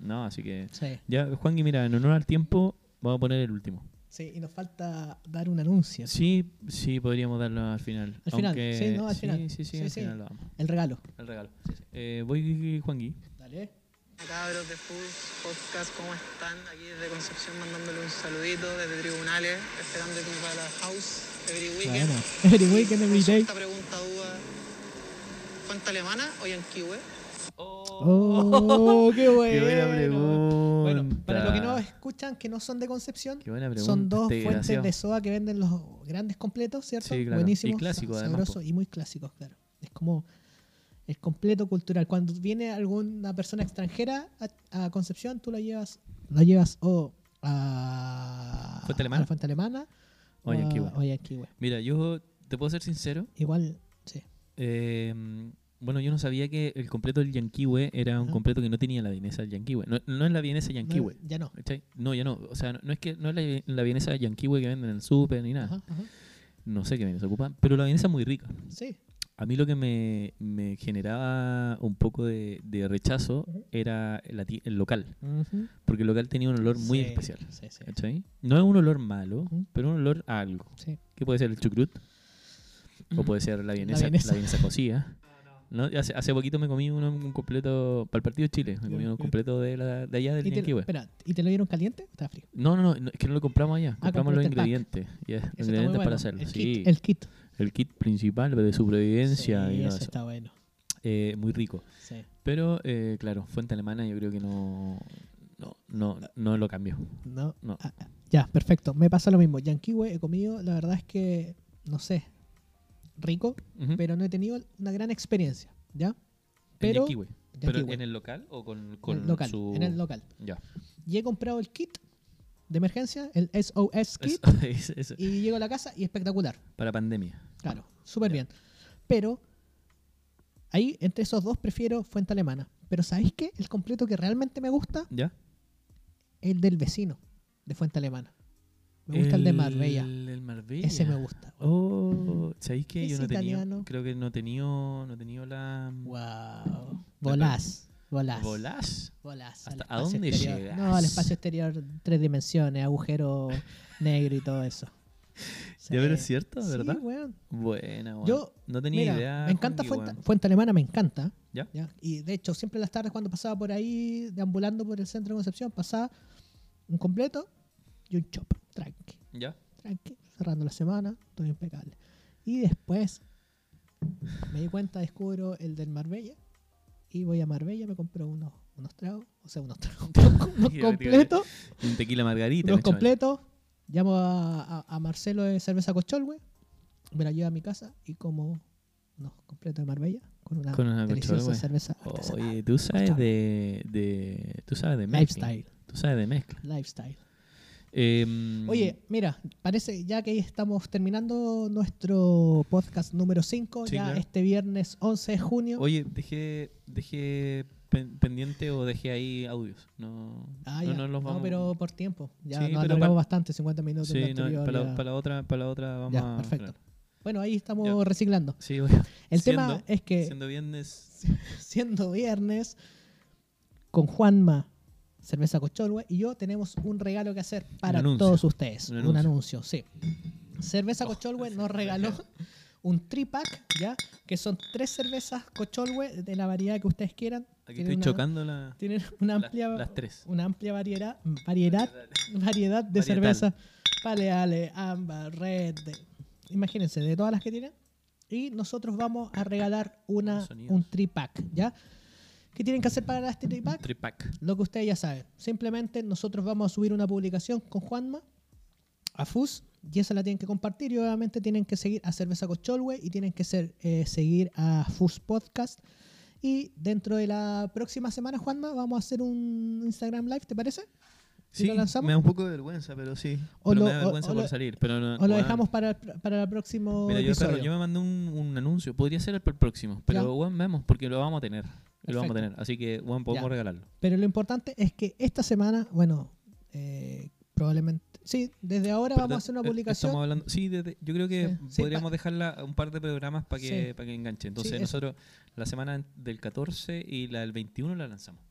[SPEAKER 2] No, así que...
[SPEAKER 3] Sí.
[SPEAKER 2] Ya, Juan, mira, en honor al tiempo, vamos a poner el último.
[SPEAKER 3] Sí, y nos falta dar un anuncio.
[SPEAKER 2] Sí, sí, podríamos darlo al final.
[SPEAKER 3] Al final,
[SPEAKER 2] aunque-
[SPEAKER 3] sí, no, al
[SPEAKER 2] sí,
[SPEAKER 3] final.
[SPEAKER 2] Sí, sí,
[SPEAKER 3] Sí,
[SPEAKER 2] al
[SPEAKER 3] sí.
[SPEAKER 2] final lo damos.
[SPEAKER 3] El regalo.
[SPEAKER 2] El regalo. Eh, voy, Juan Gui.
[SPEAKER 3] Dale.
[SPEAKER 7] Cabros de FUS, podcast, ¿cómo están? Aquí desde Concepción mandándole un saludito desde tribunales, esperando que me va la house every weekend.
[SPEAKER 3] Bueno, every weekend, every day.
[SPEAKER 7] Esta pregunta, duda, ¿cuenta alemana o yanquiwe?
[SPEAKER 3] Oh, qué bueno.
[SPEAKER 2] Qué buena pregunta.
[SPEAKER 3] Bueno, para los que no escuchan, que no son de Concepción,
[SPEAKER 2] Qué buena pregunta.
[SPEAKER 3] son dos
[SPEAKER 2] este
[SPEAKER 3] fuentes
[SPEAKER 2] desgraciado.
[SPEAKER 3] de soda que venden los grandes completos, ¿cierto?
[SPEAKER 2] Sí, claro.
[SPEAKER 3] Buenísimos,
[SPEAKER 2] Y clásicos,
[SPEAKER 3] sa-
[SPEAKER 2] además,
[SPEAKER 3] sabrosos y muy clásicos, claro. Es como el completo cultural. Cuando viene alguna persona extranjera a, a Concepción, tú la llevas, la llevas o a
[SPEAKER 2] Fuente Alemana.
[SPEAKER 3] a la Fuente Alemana
[SPEAKER 2] O a Yanquihue.
[SPEAKER 3] o a Yanquihue.
[SPEAKER 2] Mira, yo te puedo ser sincero.
[SPEAKER 3] Igual, sí.
[SPEAKER 2] Eh, bueno, yo no sabía que el completo del Yanquiwe era un
[SPEAKER 3] Ajá.
[SPEAKER 2] completo que no tenía la vienesa del Yanquiwe. No, no es la vienesa
[SPEAKER 3] No,
[SPEAKER 2] Yanquiwe.
[SPEAKER 3] ya no.
[SPEAKER 2] ¿cachai? No, ya no. O sea, no, no es que no es la, la vienesa Yanquiwe que venden en el súper ni nada.
[SPEAKER 3] Ajá, ajá.
[SPEAKER 2] No sé qué vienesa ocupan, pero la vienesa es muy rica.
[SPEAKER 3] Sí,
[SPEAKER 2] A mí lo que me, me generaba un poco de, de rechazo
[SPEAKER 3] Ujú.
[SPEAKER 2] era la ti- el local,
[SPEAKER 3] Ujú.
[SPEAKER 2] porque el local tenía un olor muy
[SPEAKER 3] Sí,
[SPEAKER 2] especial.
[SPEAKER 3] Sí, sí.
[SPEAKER 2] ¿cachai? No es un olor malo,
[SPEAKER 3] Ujú.
[SPEAKER 2] pero un olor a algo.
[SPEAKER 3] sí.
[SPEAKER 2] ¿Qué puede ser el chucrut? O puede ser la vienesa, la vienesa.
[SPEAKER 3] vienesa.
[SPEAKER 2] cocida. ¿No? Hace, hace poquito me comí uno, un completo para el partido de Chile. Me
[SPEAKER 3] Ya,
[SPEAKER 2] comí uno
[SPEAKER 3] ya.
[SPEAKER 2] completo de, la, de allá del
[SPEAKER 3] ¿Y te,
[SPEAKER 2] Yanquiwe.
[SPEAKER 3] espera, ¿y te lo dieron caliente? o Está frío.
[SPEAKER 2] No, no, no, no, es que no lo compramos allá. compramos los
[SPEAKER 3] Ah, compraste el pack.
[SPEAKER 2] ingredientes. ya, los
[SPEAKER 3] Eso está muy
[SPEAKER 2] ingredientes
[SPEAKER 3] bueno.
[SPEAKER 2] para hacerlo.
[SPEAKER 3] El,
[SPEAKER 2] sí,
[SPEAKER 3] kit, el kit.
[SPEAKER 2] el kit principal de supervivencia
[SPEAKER 3] Sí,
[SPEAKER 2] y todo
[SPEAKER 3] ese
[SPEAKER 2] eso.
[SPEAKER 3] está bueno.
[SPEAKER 2] Eh, muy rico.
[SPEAKER 3] Sí.
[SPEAKER 2] Pero, eh, claro, fuente alemana yo creo que no, no, no, no lo cambió.
[SPEAKER 3] No.
[SPEAKER 2] No.
[SPEAKER 3] Ah, ah, ya, perfecto. Me pasa lo mismo. Yanquiwe he comido, la verdad es que, no sé, rico,
[SPEAKER 2] Ujú.
[SPEAKER 3] pero no he tenido una gran experiencia. ¿Ya?
[SPEAKER 2] en
[SPEAKER 3] pero-
[SPEAKER 2] Yanquiwe. ¿Pero
[SPEAKER 3] Yanquiwe.
[SPEAKER 2] en el local o con,
[SPEAKER 3] En
[SPEAKER 2] con
[SPEAKER 3] el local,
[SPEAKER 2] su...?
[SPEAKER 3] en el local.
[SPEAKER 2] Ya.
[SPEAKER 3] Y he comprado el kit de emergencia, el SOS
[SPEAKER 2] Es-
[SPEAKER 3] kit,
[SPEAKER 2] es- es-
[SPEAKER 3] y llego a la casa y espectacular.
[SPEAKER 2] para pandemia.
[SPEAKER 3] Claro, súper bien. Pero ahí, entre esos dos, prefiero fuente alemana. Pero ¿sabéis qué? El completo que realmente me gusta
[SPEAKER 2] ¿Ya?
[SPEAKER 3] el del vecino de Fuente Alemana. Me gusta el, de Marbella.
[SPEAKER 2] El, el Marbella.
[SPEAKER 3] Ese me gusta.
[SPEAKER 2] Oh, ¿sabéis que
[SPEAKER 3] Es
[SPEAKER 2] yo no tenía?
[SPEAKER 3] italiano.
[SPEAKER 2] Creo que no tenía, no tenía la...
[SPEAKER 3] Wow. Volás. Volás.
[SPEAKER 2] ¿Volás?
[SPEAKER 3] Volás.
[SPEAKER 2] ¿Hasta a
[SPEAKER 3] al espacio
[SPEAKER 2] dónde
[SPEAKER 3] exterior.
[SPEAKER 2] llegas?
[SPEAKER 3] No, al espacio exterior, tres dimensiones, agujero negro y todo eso. Sí.
[SPEAKER 2] Ya, pero es cierto,
[SPEAKER 3] Sí,
[SPEAKER 2] ¿verdad?
[SPEAKER 3] weón.
[SPEAKER 2] Buena, bueno.
[SPEAKER 3] Yo-
[SPEAKER 2] no tenía
[SPEAKER 3] Mira,
[SPEAKER 2] idea.
[SPEAKER 3] Me encanta
[SPEAKER 2] Juanqui,
[SPEAKER 3] Fuente,
[SPEAKER 2] weón.
[SPEAKER 3] Fuente Alemana, me encanta.
[SPEAKER 2] ¿Ya?
[SPEAKER 3] Y de hecho, siempre en las tardes cuando pasaba por ahí, deambulando por el centro de Concepción, pasaba un completo y un chop. Tranqui.
[SPEAKER 2] ¿Ya?
[SPEAKER 3] tranqui, cerrando la semana, todo impecable. Y después me di cuenta, descubro el del Marbella y voy a Marbella, me compro unos, unos tragos, o sea, unos tragos, unos
[SPEAKER 2] Qué
[SPEAKER 3] completos,
[SPEAKER 2] Y Un tequila margarita.
[SPEAKER 3] unos
[SPEAKER 2] me chaval.
[SPEAKER 3] completos. Llamo a, a- a Marcelo de Cerveza Cochol, güey, me la llevo a mi casa y como unos completos de Marbella con una,
[SPEAKER 2] Con una Cochol,
[SPEAKER 3] deliciosa
[SPEAKER 2] güey.
[SPEAKER 3] cerveza artesanal.
[SPEAKER 2] Oye, tú sabes
[SPEAKER 3] Escucha.
[SPEAKER 2] de, de, tú sabes de mezcla.
[SPEAKER 3] Lifestyle,
[SPEAKER 2] Tú sabes de mezcla.
[SPEAKER 3] lifestyle.
[SPEAKER 2] Em,
[SPEAKER 3] Oye, mira, parece ya que ahí estamos terminando nuestro podcast número 5,
[SPEAKER 2] Sí,
[SPEAKER 3] ya
[SPEAKER 2] claro.
[SPEAKER 3] este viernes 11 de junio.
[SPEAKER 2] oye, dejé, dejé pen- pendiente o dejé ahí audios. No,
[SPEAKER 3] Ah,
[SPEAKER 2] no,
[SPEAKER 3] ya.
[SPEAKER 2] no los
[SPEAKER 3] No,
[SPEAKER 2] vamos.
[SPEAKER 3] pero por tiempo. Ya
[SPEAKER 2] Sí,
[SPEAKER 3] nos
[SPEAKER 2] pero
[SPEAKER 3] alargamos
[SPEAKER 2] pa-
[SPEAKER 3] bastante, 50 minutos. en
[SPEAKER 2] sí,
[SPEAKER 3] la
[SPEAKER 2] no,
[SPEAKER 3] anterior,
[SPEAKER 2] para, la,
[SPEAKER 3] ya.
[SPEAKER 2] para la otra, para la otra vamos.
[SPEAKER 3] Ya,
[SPEAKER 2] a-
[SPEAKER 3] perfecto.
[SPEAKER 2] claro.
[SPEAKER 3] Bueno, ahí estamos
[SPEAKER 2] Ya.
[SPEAKER 3] reciclando.
[SPEAKER 2] Sí, bueno,
[SPEAKER 3] El
[SPEAKER 2] Siendo-
[SPEAKER 3] tema es que
[SPEAKER 2] siendo
[SPEAKER 3] siendo,
[SPEAKER 2] viernes.
[SPEAKER 3] viernes, con Juanma, Cerveza Cocholwe, y yo tenemos un regalo que hacer para
[SPEAKER 2] anuncio.
[SPEAKER 3] todos ustedes.
[SPEAKER 2] Un
[SPEAKER 3] Un
[SPEAKER 2] anuncio. Oh,
[SPEAKER 3] anuncio, sí. Cerveza Cocholwe nos regaló un tripack, ¿ya? Que son tres cervezas Cocholwe de la variedad que ustedes quieran.
[SPEAKER 2] Aquí
[SPEAKER 3] Tienen
[SPEAKER 2] estoy
[SPEAKER 3] una-
[SPEAKER 2] chocando la,
[SPEAKER 3] Tienen una
[SPEAKER 2] las-
[SPEAKER 3] amplia,
[SPEAKER 2] las, tres.
[SPEAKER 3] una amplia variedad, variedad, variedad de
[SPEAKER 2] Varietal.
[SPEAKER 3] cerveza. Paleale, Amba, Red. de- imagínense, de todas las que tienen. Y nosotros vamos a regalar una,
[SPEAKER 2] Buenos sonidos.
[SPEAKER 3] un tripack, ¿ya? ¿Qué tienen que hacer para este tripack?
[SPEAKER 2] Tripack.
[SPEAKER 3] Lo que ustedes ya saben. Simplemente nosotros vamos a subir una publicación con Juanma a FUS y esa la tienen que compartir y obviamente tienen que seguir a Cerveza Cocholwe y tienen que ser, eh, seguir a FUS Podcast. Y dentro de la próxima semana, Juanma, vamos a hacer un Instagram Live, ¿te parece? ¿Y
[SPEAKER 2] Sí,
[SPEAKER 3] lo lanzamos?
[SPEAKER 2] me da un poco de vergüenza, pero sí.
[SPEAKER 3] O
[SPEAKER 2] Pero
[SPEAKER 3] lo-
[SPEAKER 2] me da
[SPEAKER 3] o-
[SPEAKER 2] vergüenza
[SPEAKER 3] o
[SPEAKER 2] por
[SPEAKER 3] lo-
[SPEAKER 2] salir. Pero no,
[SPEAKER 3] ¿O lo
[SPEAKER 2] Ah, bueno.
[SPEAKER 3] damos para el, pr- para el próximo
[SPEAKER 2] Mira, yo,
[SPEAKER 3] episodio?
[SPEAKER 2] perro, yo me mandé un, un anuncio. Podría ser el para el próximo, pero
[SPEAKER 3] Ya.
[SPEAKER 2] bueno, vemos, porque lo vamos a tener. Lo vamos a
[SPEAKER 3] Perfecto.
[SPEAKER 2] tener. Así que, bueno, podemos
[SPEAKER 3] Ya.
[SPEAKER 2] regalarlo.
[SPEAKER 3] Pero lo importante es que esta semana, bueno, eh, probablemente... Sí, desde ahora
[SPEAKER 2] Perdón,
[SPEAKER 3] vamos a hacer una
[SPEAKER 2] eh, estamos
[SPEAKER 3] publicación.
[SPEAKER 2] hablando, sí, desde- yo creo que
[SPEAKER 3] Sí, sí,
[SPEAKER 2] podríamos dejarla un par de programas para que,
[SPEAKER 3] Sí.
[SPEAKER 2] pa' que enganche. Entonces,
[SPEAKER 3] eso.
[SPEAKER 2] nosotros la semana del 14 y la del 21 la lanzamos.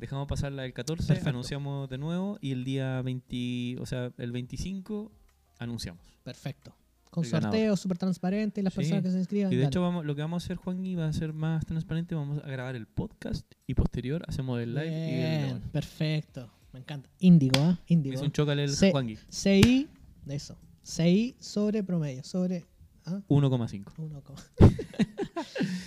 [SPEAKER 2] Dejamos pasar la del 14,
[SPEAKER 3] Perfecto.
[SPEAKER 2] anunciamos de nuevo y el día 20, o sea, el 25 anunciamos.
[SPEAKER 3] Perfecto. Con
[SPEAKER 2] El ganador.
[SPEAKER 3] sorteo súper transparente y las
[SPEAKER 2] Sí.
[SPEAKER 3] personas que se inscriban.
[SPEAKER 2] Y de
[SPEAKER 3] dale.
[SPEAKER 2] hecho vamos, lo que vamos a hacer, Juan, y va a ser más transparente, vamos a grabar el podcast y posterior hacemos el live y el-
[SPEAKER 3] Bien, perfecto. Me encanta. Índigo, ¿ah? Índigo.
[SPEAKER 2] Es un chocale el
[SPEAKER 3] Se-
[SPEAKER 2] Juangui.
[SPEAKER 3] CI, de eso. CI sobre promedio, sobre ¿ah?
[SPEAKER 2] 1,5.
[SPEAKER 3] uno coma.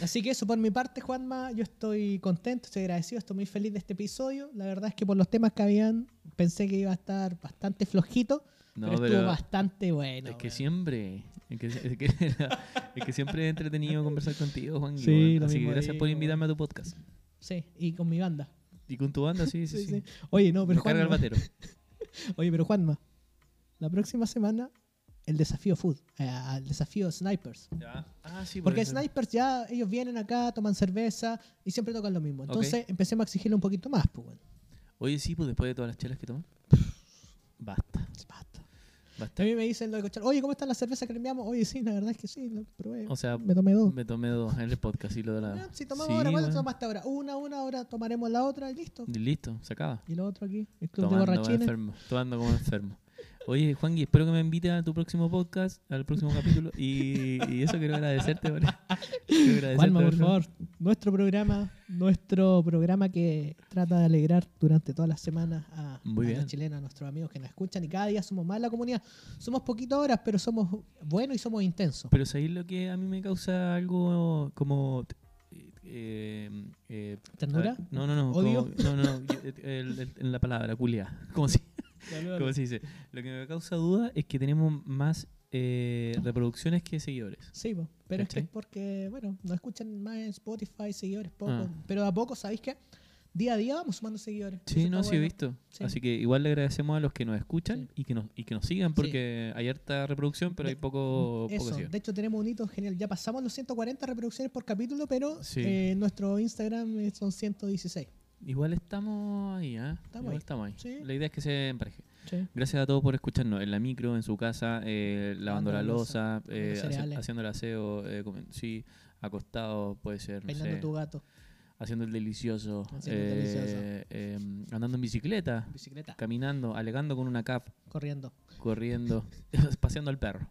[SPEAKER 3] Así que eso por mi parte, Juanma, yo estoy contento, estoy agradecido, estoy muy feliz de este episodio. La verdad es que por los temas que habían, pensé que iba a estar bastante flojito,
[SPEAKER 2] No,
[SPEAKER 3] pero, estuvo
[SPEAKER 2] pero
[SPEAKER 3] bastante bueno.
[SPEAKER 2] es que
[SPEAKER 3] weón.
[SPEAKER 2] siempre. Es que, es que, es que siempre he entretenido conversar contigo, Juan.
[SPEAKER 3] Sí, lo
[SPEAKER 2] Así que
[SPEAKER 3] mismo
[SPEAKER 2] gracias
[SPEAKER 3] digo,
[SPEAKER 2] por invitarme a tu podcast.
[SPEAKER 3] Sí, y con mi banda.
[SPEAKER 2] Y con tu banda, sí, sí, sí.
[SPEAKER 3] Sí, sí. Oye, no, pero
[SPEAKER 2] Me carga el
[SPEAKER 3] Juanma,
[SPEAKER 2] batero.
[SPEAKER 3] oye, pero Juanma, la próxima semana el desafío Food, eh, el desafío Snipers.
[SPEAKER 2] Ya. Ah, sí,
[SPEAKER 3] Porque
[SPEAKER 2] puede ser.
[SPEAKER 3] snipers ya, ellos vienen acá, toman cerveza y siempre tocan lo mismo. Entonces empecemos a exigirle un poquito más, pues, weón.
[SPEAKER 2] Oye, sí, pues después de todas las chelas que toman. Basta,
[SPEAKER 3] Pues, Basta.
[SPEAKER 2] basta.
[SPEAKER 3] También me dicen lo de cochar, oye, ¿cómo están las cervezas que le enviamos? Oye, sí, la verdad es que sí, lo probé.
[SPEAKER 2] O sea,
[SPEAKER 3] me tomé dos.
[SPEAKER 2] me tomé dos en el podcast y lo de
[SPEAKER 3] Ya,
[SPEAKER 2] la.
[SPEAKER 3] Si tomamos
[SPEAKER 2] Sí,
[SPEAKER 3] ahora, ¿cuál
[SPEAKER 2] bueno.
[SPEAKER 3] tomaste ahora? Una, una, ahora tomaremos la otra y listo.
[SPEAKER 2] Y listo, se acaba.
[SPEAKER 3] Y lo otro aquí, el club
[SPEAKER 2] Tomando
[SPEAKER 3] de
[SPEAKER 2] como
[SPEAKER 3] borrachines.
[SPEAKER 2] enfermo. Tomando como enfermo. Oye, Juan, espero que me invites a tu próximo podcast, al próximo capítulo. Y, y eso quiero agradecerte, ¿vale? Quiero agradecerte,
[SPEAKER 3] Juanma, por
[SPEAKER 2] ¿verdad?
[SPEAKER 3] favor, nuestro programa, nuestro programa que trata de alegrar durante todas las semanas a,
[SPEAKER 2] Muy
[SPEAKER 3] a
[SPEAKER 2] bien.
[SPEAKER 3] los chilenos, a nuestros amigos que nos escuchan y cada día somos más la comunidad. Somos poquitas horas, pero somos buenos y somos intensos.
[SPEAKER 2] Pero ¿sabéis lo que a mí me causa algo como... eh, eh,
[SPEAKER 3] ¿Ternura?
[SPEAKER 2] a ver, no, no, no.
[SPEAKER 3] ¿Odio?
[SPEAKER 2] como- no, no, no. yo- eh, el- el- en la palabra, culia. ¿Cómo se, cómo se dice? Lo que me causa duda es que tenemos más eh, reproducciones que seguidores.
[SPEAKER 3] Sí, po, pero es que es
[SPEAKER 2] ¿Cachai?
[SPEAKER 3] porque, bueno, nos escuchan más en Spotify, seguidores poco.
[SPEAKER 2] Ah.
[SPEAKER 3] Pero de a poco, ¿sabéis qué? Día a día vamos sumando seguidores.
[SPEAKER 2] Sí,
[SPEAKER 3] Eso
[SPEAKER 2] no,
[SPEAKER 3] está
[SPEAKER 2] sí he
[SPEAKER 3] bueno.
[SPEAKER 2] visto.
[SPEAKER 3] Sí.
[SPEAKER 2] Así que igual le agradecemos a los que nos escuchan y, que nos, y que nos sigan porque hay harta reproducción, pero
[SPEAKER 3] De- mm,
[SPEAKER 2] hay poco, poco
[SPEAKER 3] Eso,
[SPEAKER 2] seguidor.
[SPEAKER 3] de hecho tenemos un hito genial. Ya pasamos los 140 reproducciones por capítulo, pero
[SPEAKER 2] Sí.
[SPEAKER 3] eh, nuestro Instagram eh, son 116. Igual
[SPEAKER 2] Igual estamos ahí, ¿ah?
[SPEAKER 3] Estamos
[SPEAKER 2] Igual
[SPEAKER 3] ahí.
[SPEAKER 2] estamos ahí.
[SPEAKER 3] Sí.
[SPEAKER 2] La idea es que se empareje. Gracias a todos por escucharnos en la micro, en su casa, eh, lavando la losa, eh,
[SPEAKER 3] comiendo cereales.
[SPEAKER 2] haciendo el aseo, eh, comen- sí, acostado, puede ser, no
[SPEAKER 3] Peinando
[SPEAKER 2] sé,
[SPEAKER 3] tu gato
[SPEAKER 2] haciendo el delicioso,
[SPEAKER 3] Haciendo el
[SPEAKER 2] eh,
[SPEAKER 3] delicioso.
[SPEAKER 2] eh, andando en bicicleta,
[SPEAKER 3] en bicicleta,
[SPEAKER 2] caminando, alegando con una cap,
[SPEAKER 3] corriendo.
[SPEAKER 2] corriendo, paseando al perro.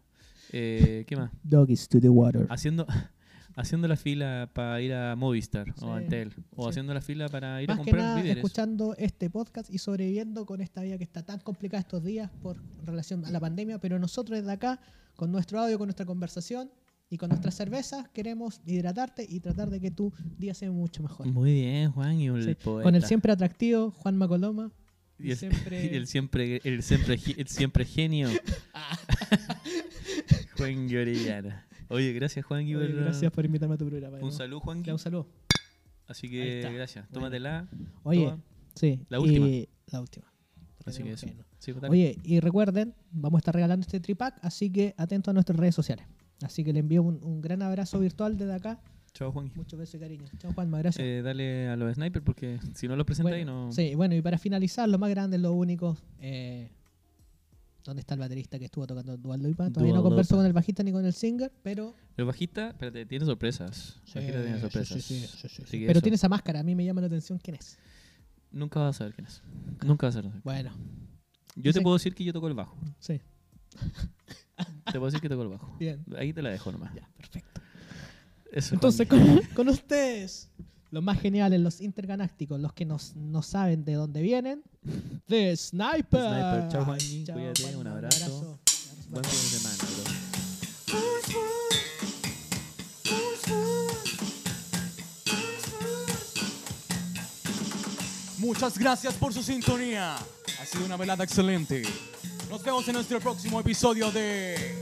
[SPEAKER 2] Eh, ¿Qué más?
[SPEAKER 3] Doggies to the water.
[SPEAKER 2] Haciendo, haciendo la fila para ir a Movistar
[SPEAKER 3] Sí,
[SPEAKER 2] o a Antel, o
[SPEAKER 3] sí.
[SPEAKER 2] haciendo la fila para ir a
[SPEAKER 3] Más que
[SPEAKER 2] comprar
[SPEAKER 3] nada,
[SPEAKER 2] víveres.
[SPEAKER 3] escuchando este podcast y sobreviviendo con esta vida que está tan complicada estos días por relación a la pandemia, pero nosotros desde acá, con nuestro audio, con nuestra conversación y con nuestras cervezas, queremos hidratarte y tratar de que tu día sea mucho mejor.
[SPEAKER 2] Muy bien, Juan, y un
[SPEAKER 3] Sí,
[SPEAKER 2] poeta.
[SPEAKER 3] Con el siempre atractivo Juan Macoloma.
[SPEAKER 2] Y el,
[SPEAKER 3] siempre-
[SPEAKER 2] y el siempre, el siempre, ge- el siempre genio. Juan Orellana. Oye, gracias Juan
[SPEAKER 3] Oye,
[SPEAKER 2] por-
[SPEAKER 3] gracias por invitarme a tu programa. de
[SPEAKER 2] Un
[SPEAKER 3] nuevo.
[SPEAKER 2] saludo Juan
[SPEAKER 3] Ya, un saludo.
[SPEAKER 2] Así
[SPEAKER 3] Ahí
[SPEAKER 2] que
[SPEAKER 3] está.
[SPEAKER 2] gracias.
[SPEAKER 3] Bueno.
[SPEAKER 2] Tómatela.
[SPEAKER 3] Oye,
[SPEAKER 2] toma.
[SPEAKER 3] sí.
[SPEAKER 2] La última.
[SPEAKER 3] y- la última. Porque
[SPEAKER 2] Así que
[SPEAKER 3] tenemos
[SPEAKER 2] eso.
[SPEAKER 3] que irnos.
[SPEAKER 2] Sí, pues, dale.
[SPEAKER 3] Oye, y recuerden, vamos a estar regalando este tripack, así que atento a nuestras redes sociales. Así que le envío un, un gran abrazo virtual desde acá.
[SPEAKER 2] Chao Juan.
[SPEAKER 3] Muchos besos y cariño. Chao, Juanma, gracias.
[SPEAKER 2] Eh, dale a los snipers porque si no los presentáis
[SPEAKER 3] Bueno,
[SPEAKER 2] no.
[SPEAKER 3] Sí, bueno, y para finalizar, lo más grande, lo único. eh, ¿Dónde está el baterista que estuvo tocando Dual Loipa? Todavía
[SPEAKER 2] Dual
[SPEAKER 3] no converso
[SPEAKER 2] Loipa.
[SPEAKER 3] con el bajista ni con el singer, pero.
[SPEAKER 2] Los bajistas, espérate, tiene sorpresas.
[SPEAKER 3] Sí,
[SPEAKER 2] Bajista tiene
[SPEAKER 3] sí,
[SPEAKER 2] sorpresas.
[SPEAKER 3] sí, sí, sí, sí,
[SPEAKER 2] Así
[SPEAKER 3] sí.
[SPEAKER 2] que
[SPEAKER 3] Pero
[SPEAKER 2] eso.
[SPEAKER 3] tiene esa máscara, a mí me llama la atención quién es.
[SPEAKER 2] Nunca vas a saber quién es. Nunca vas a saber.
[SPEAKER 3] Bueno,
[SPEAKER 2] Yo te
[SPEAKER 3] Sí.
[SPEAKER 2] puedo decir que yo toco el bajo.
[SPEAKER 3] sí,
[SPEAKER 2] Te puedo decir que toco el bajo.
[SPEAKER 3] bien.
[SPEAKER 2] Ahí te la dejo nomás.
[SPEAKER 3] Ya, perfecto.
[SPEAKER 2] Eso,
[SPEAKER 3] Entonces,
[SPEAKER 2] Juan.
[SPEAKER 3] con, con ustedes, los más geniales, los intergalácticos, los que nos, no saben de dónde vienen, The Sniper.
[SPEAKER 2] Sniper. Chao, Juanji.
[SPEAKER 3] Chao,
[SPEAKER 2] Cuídate, un
[SPEAKER 3] Juanma,
[SPEAKER 2] abrazo. buen fin de semana, bro.
[SPEAKER 8] Muchas gracias por su sintonía. Ha sido una velada excelente. Nos vemos en nuestro próximo episodio de...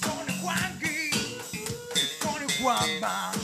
[SPEAKER 1] Con el Juanqui, con el Juanma.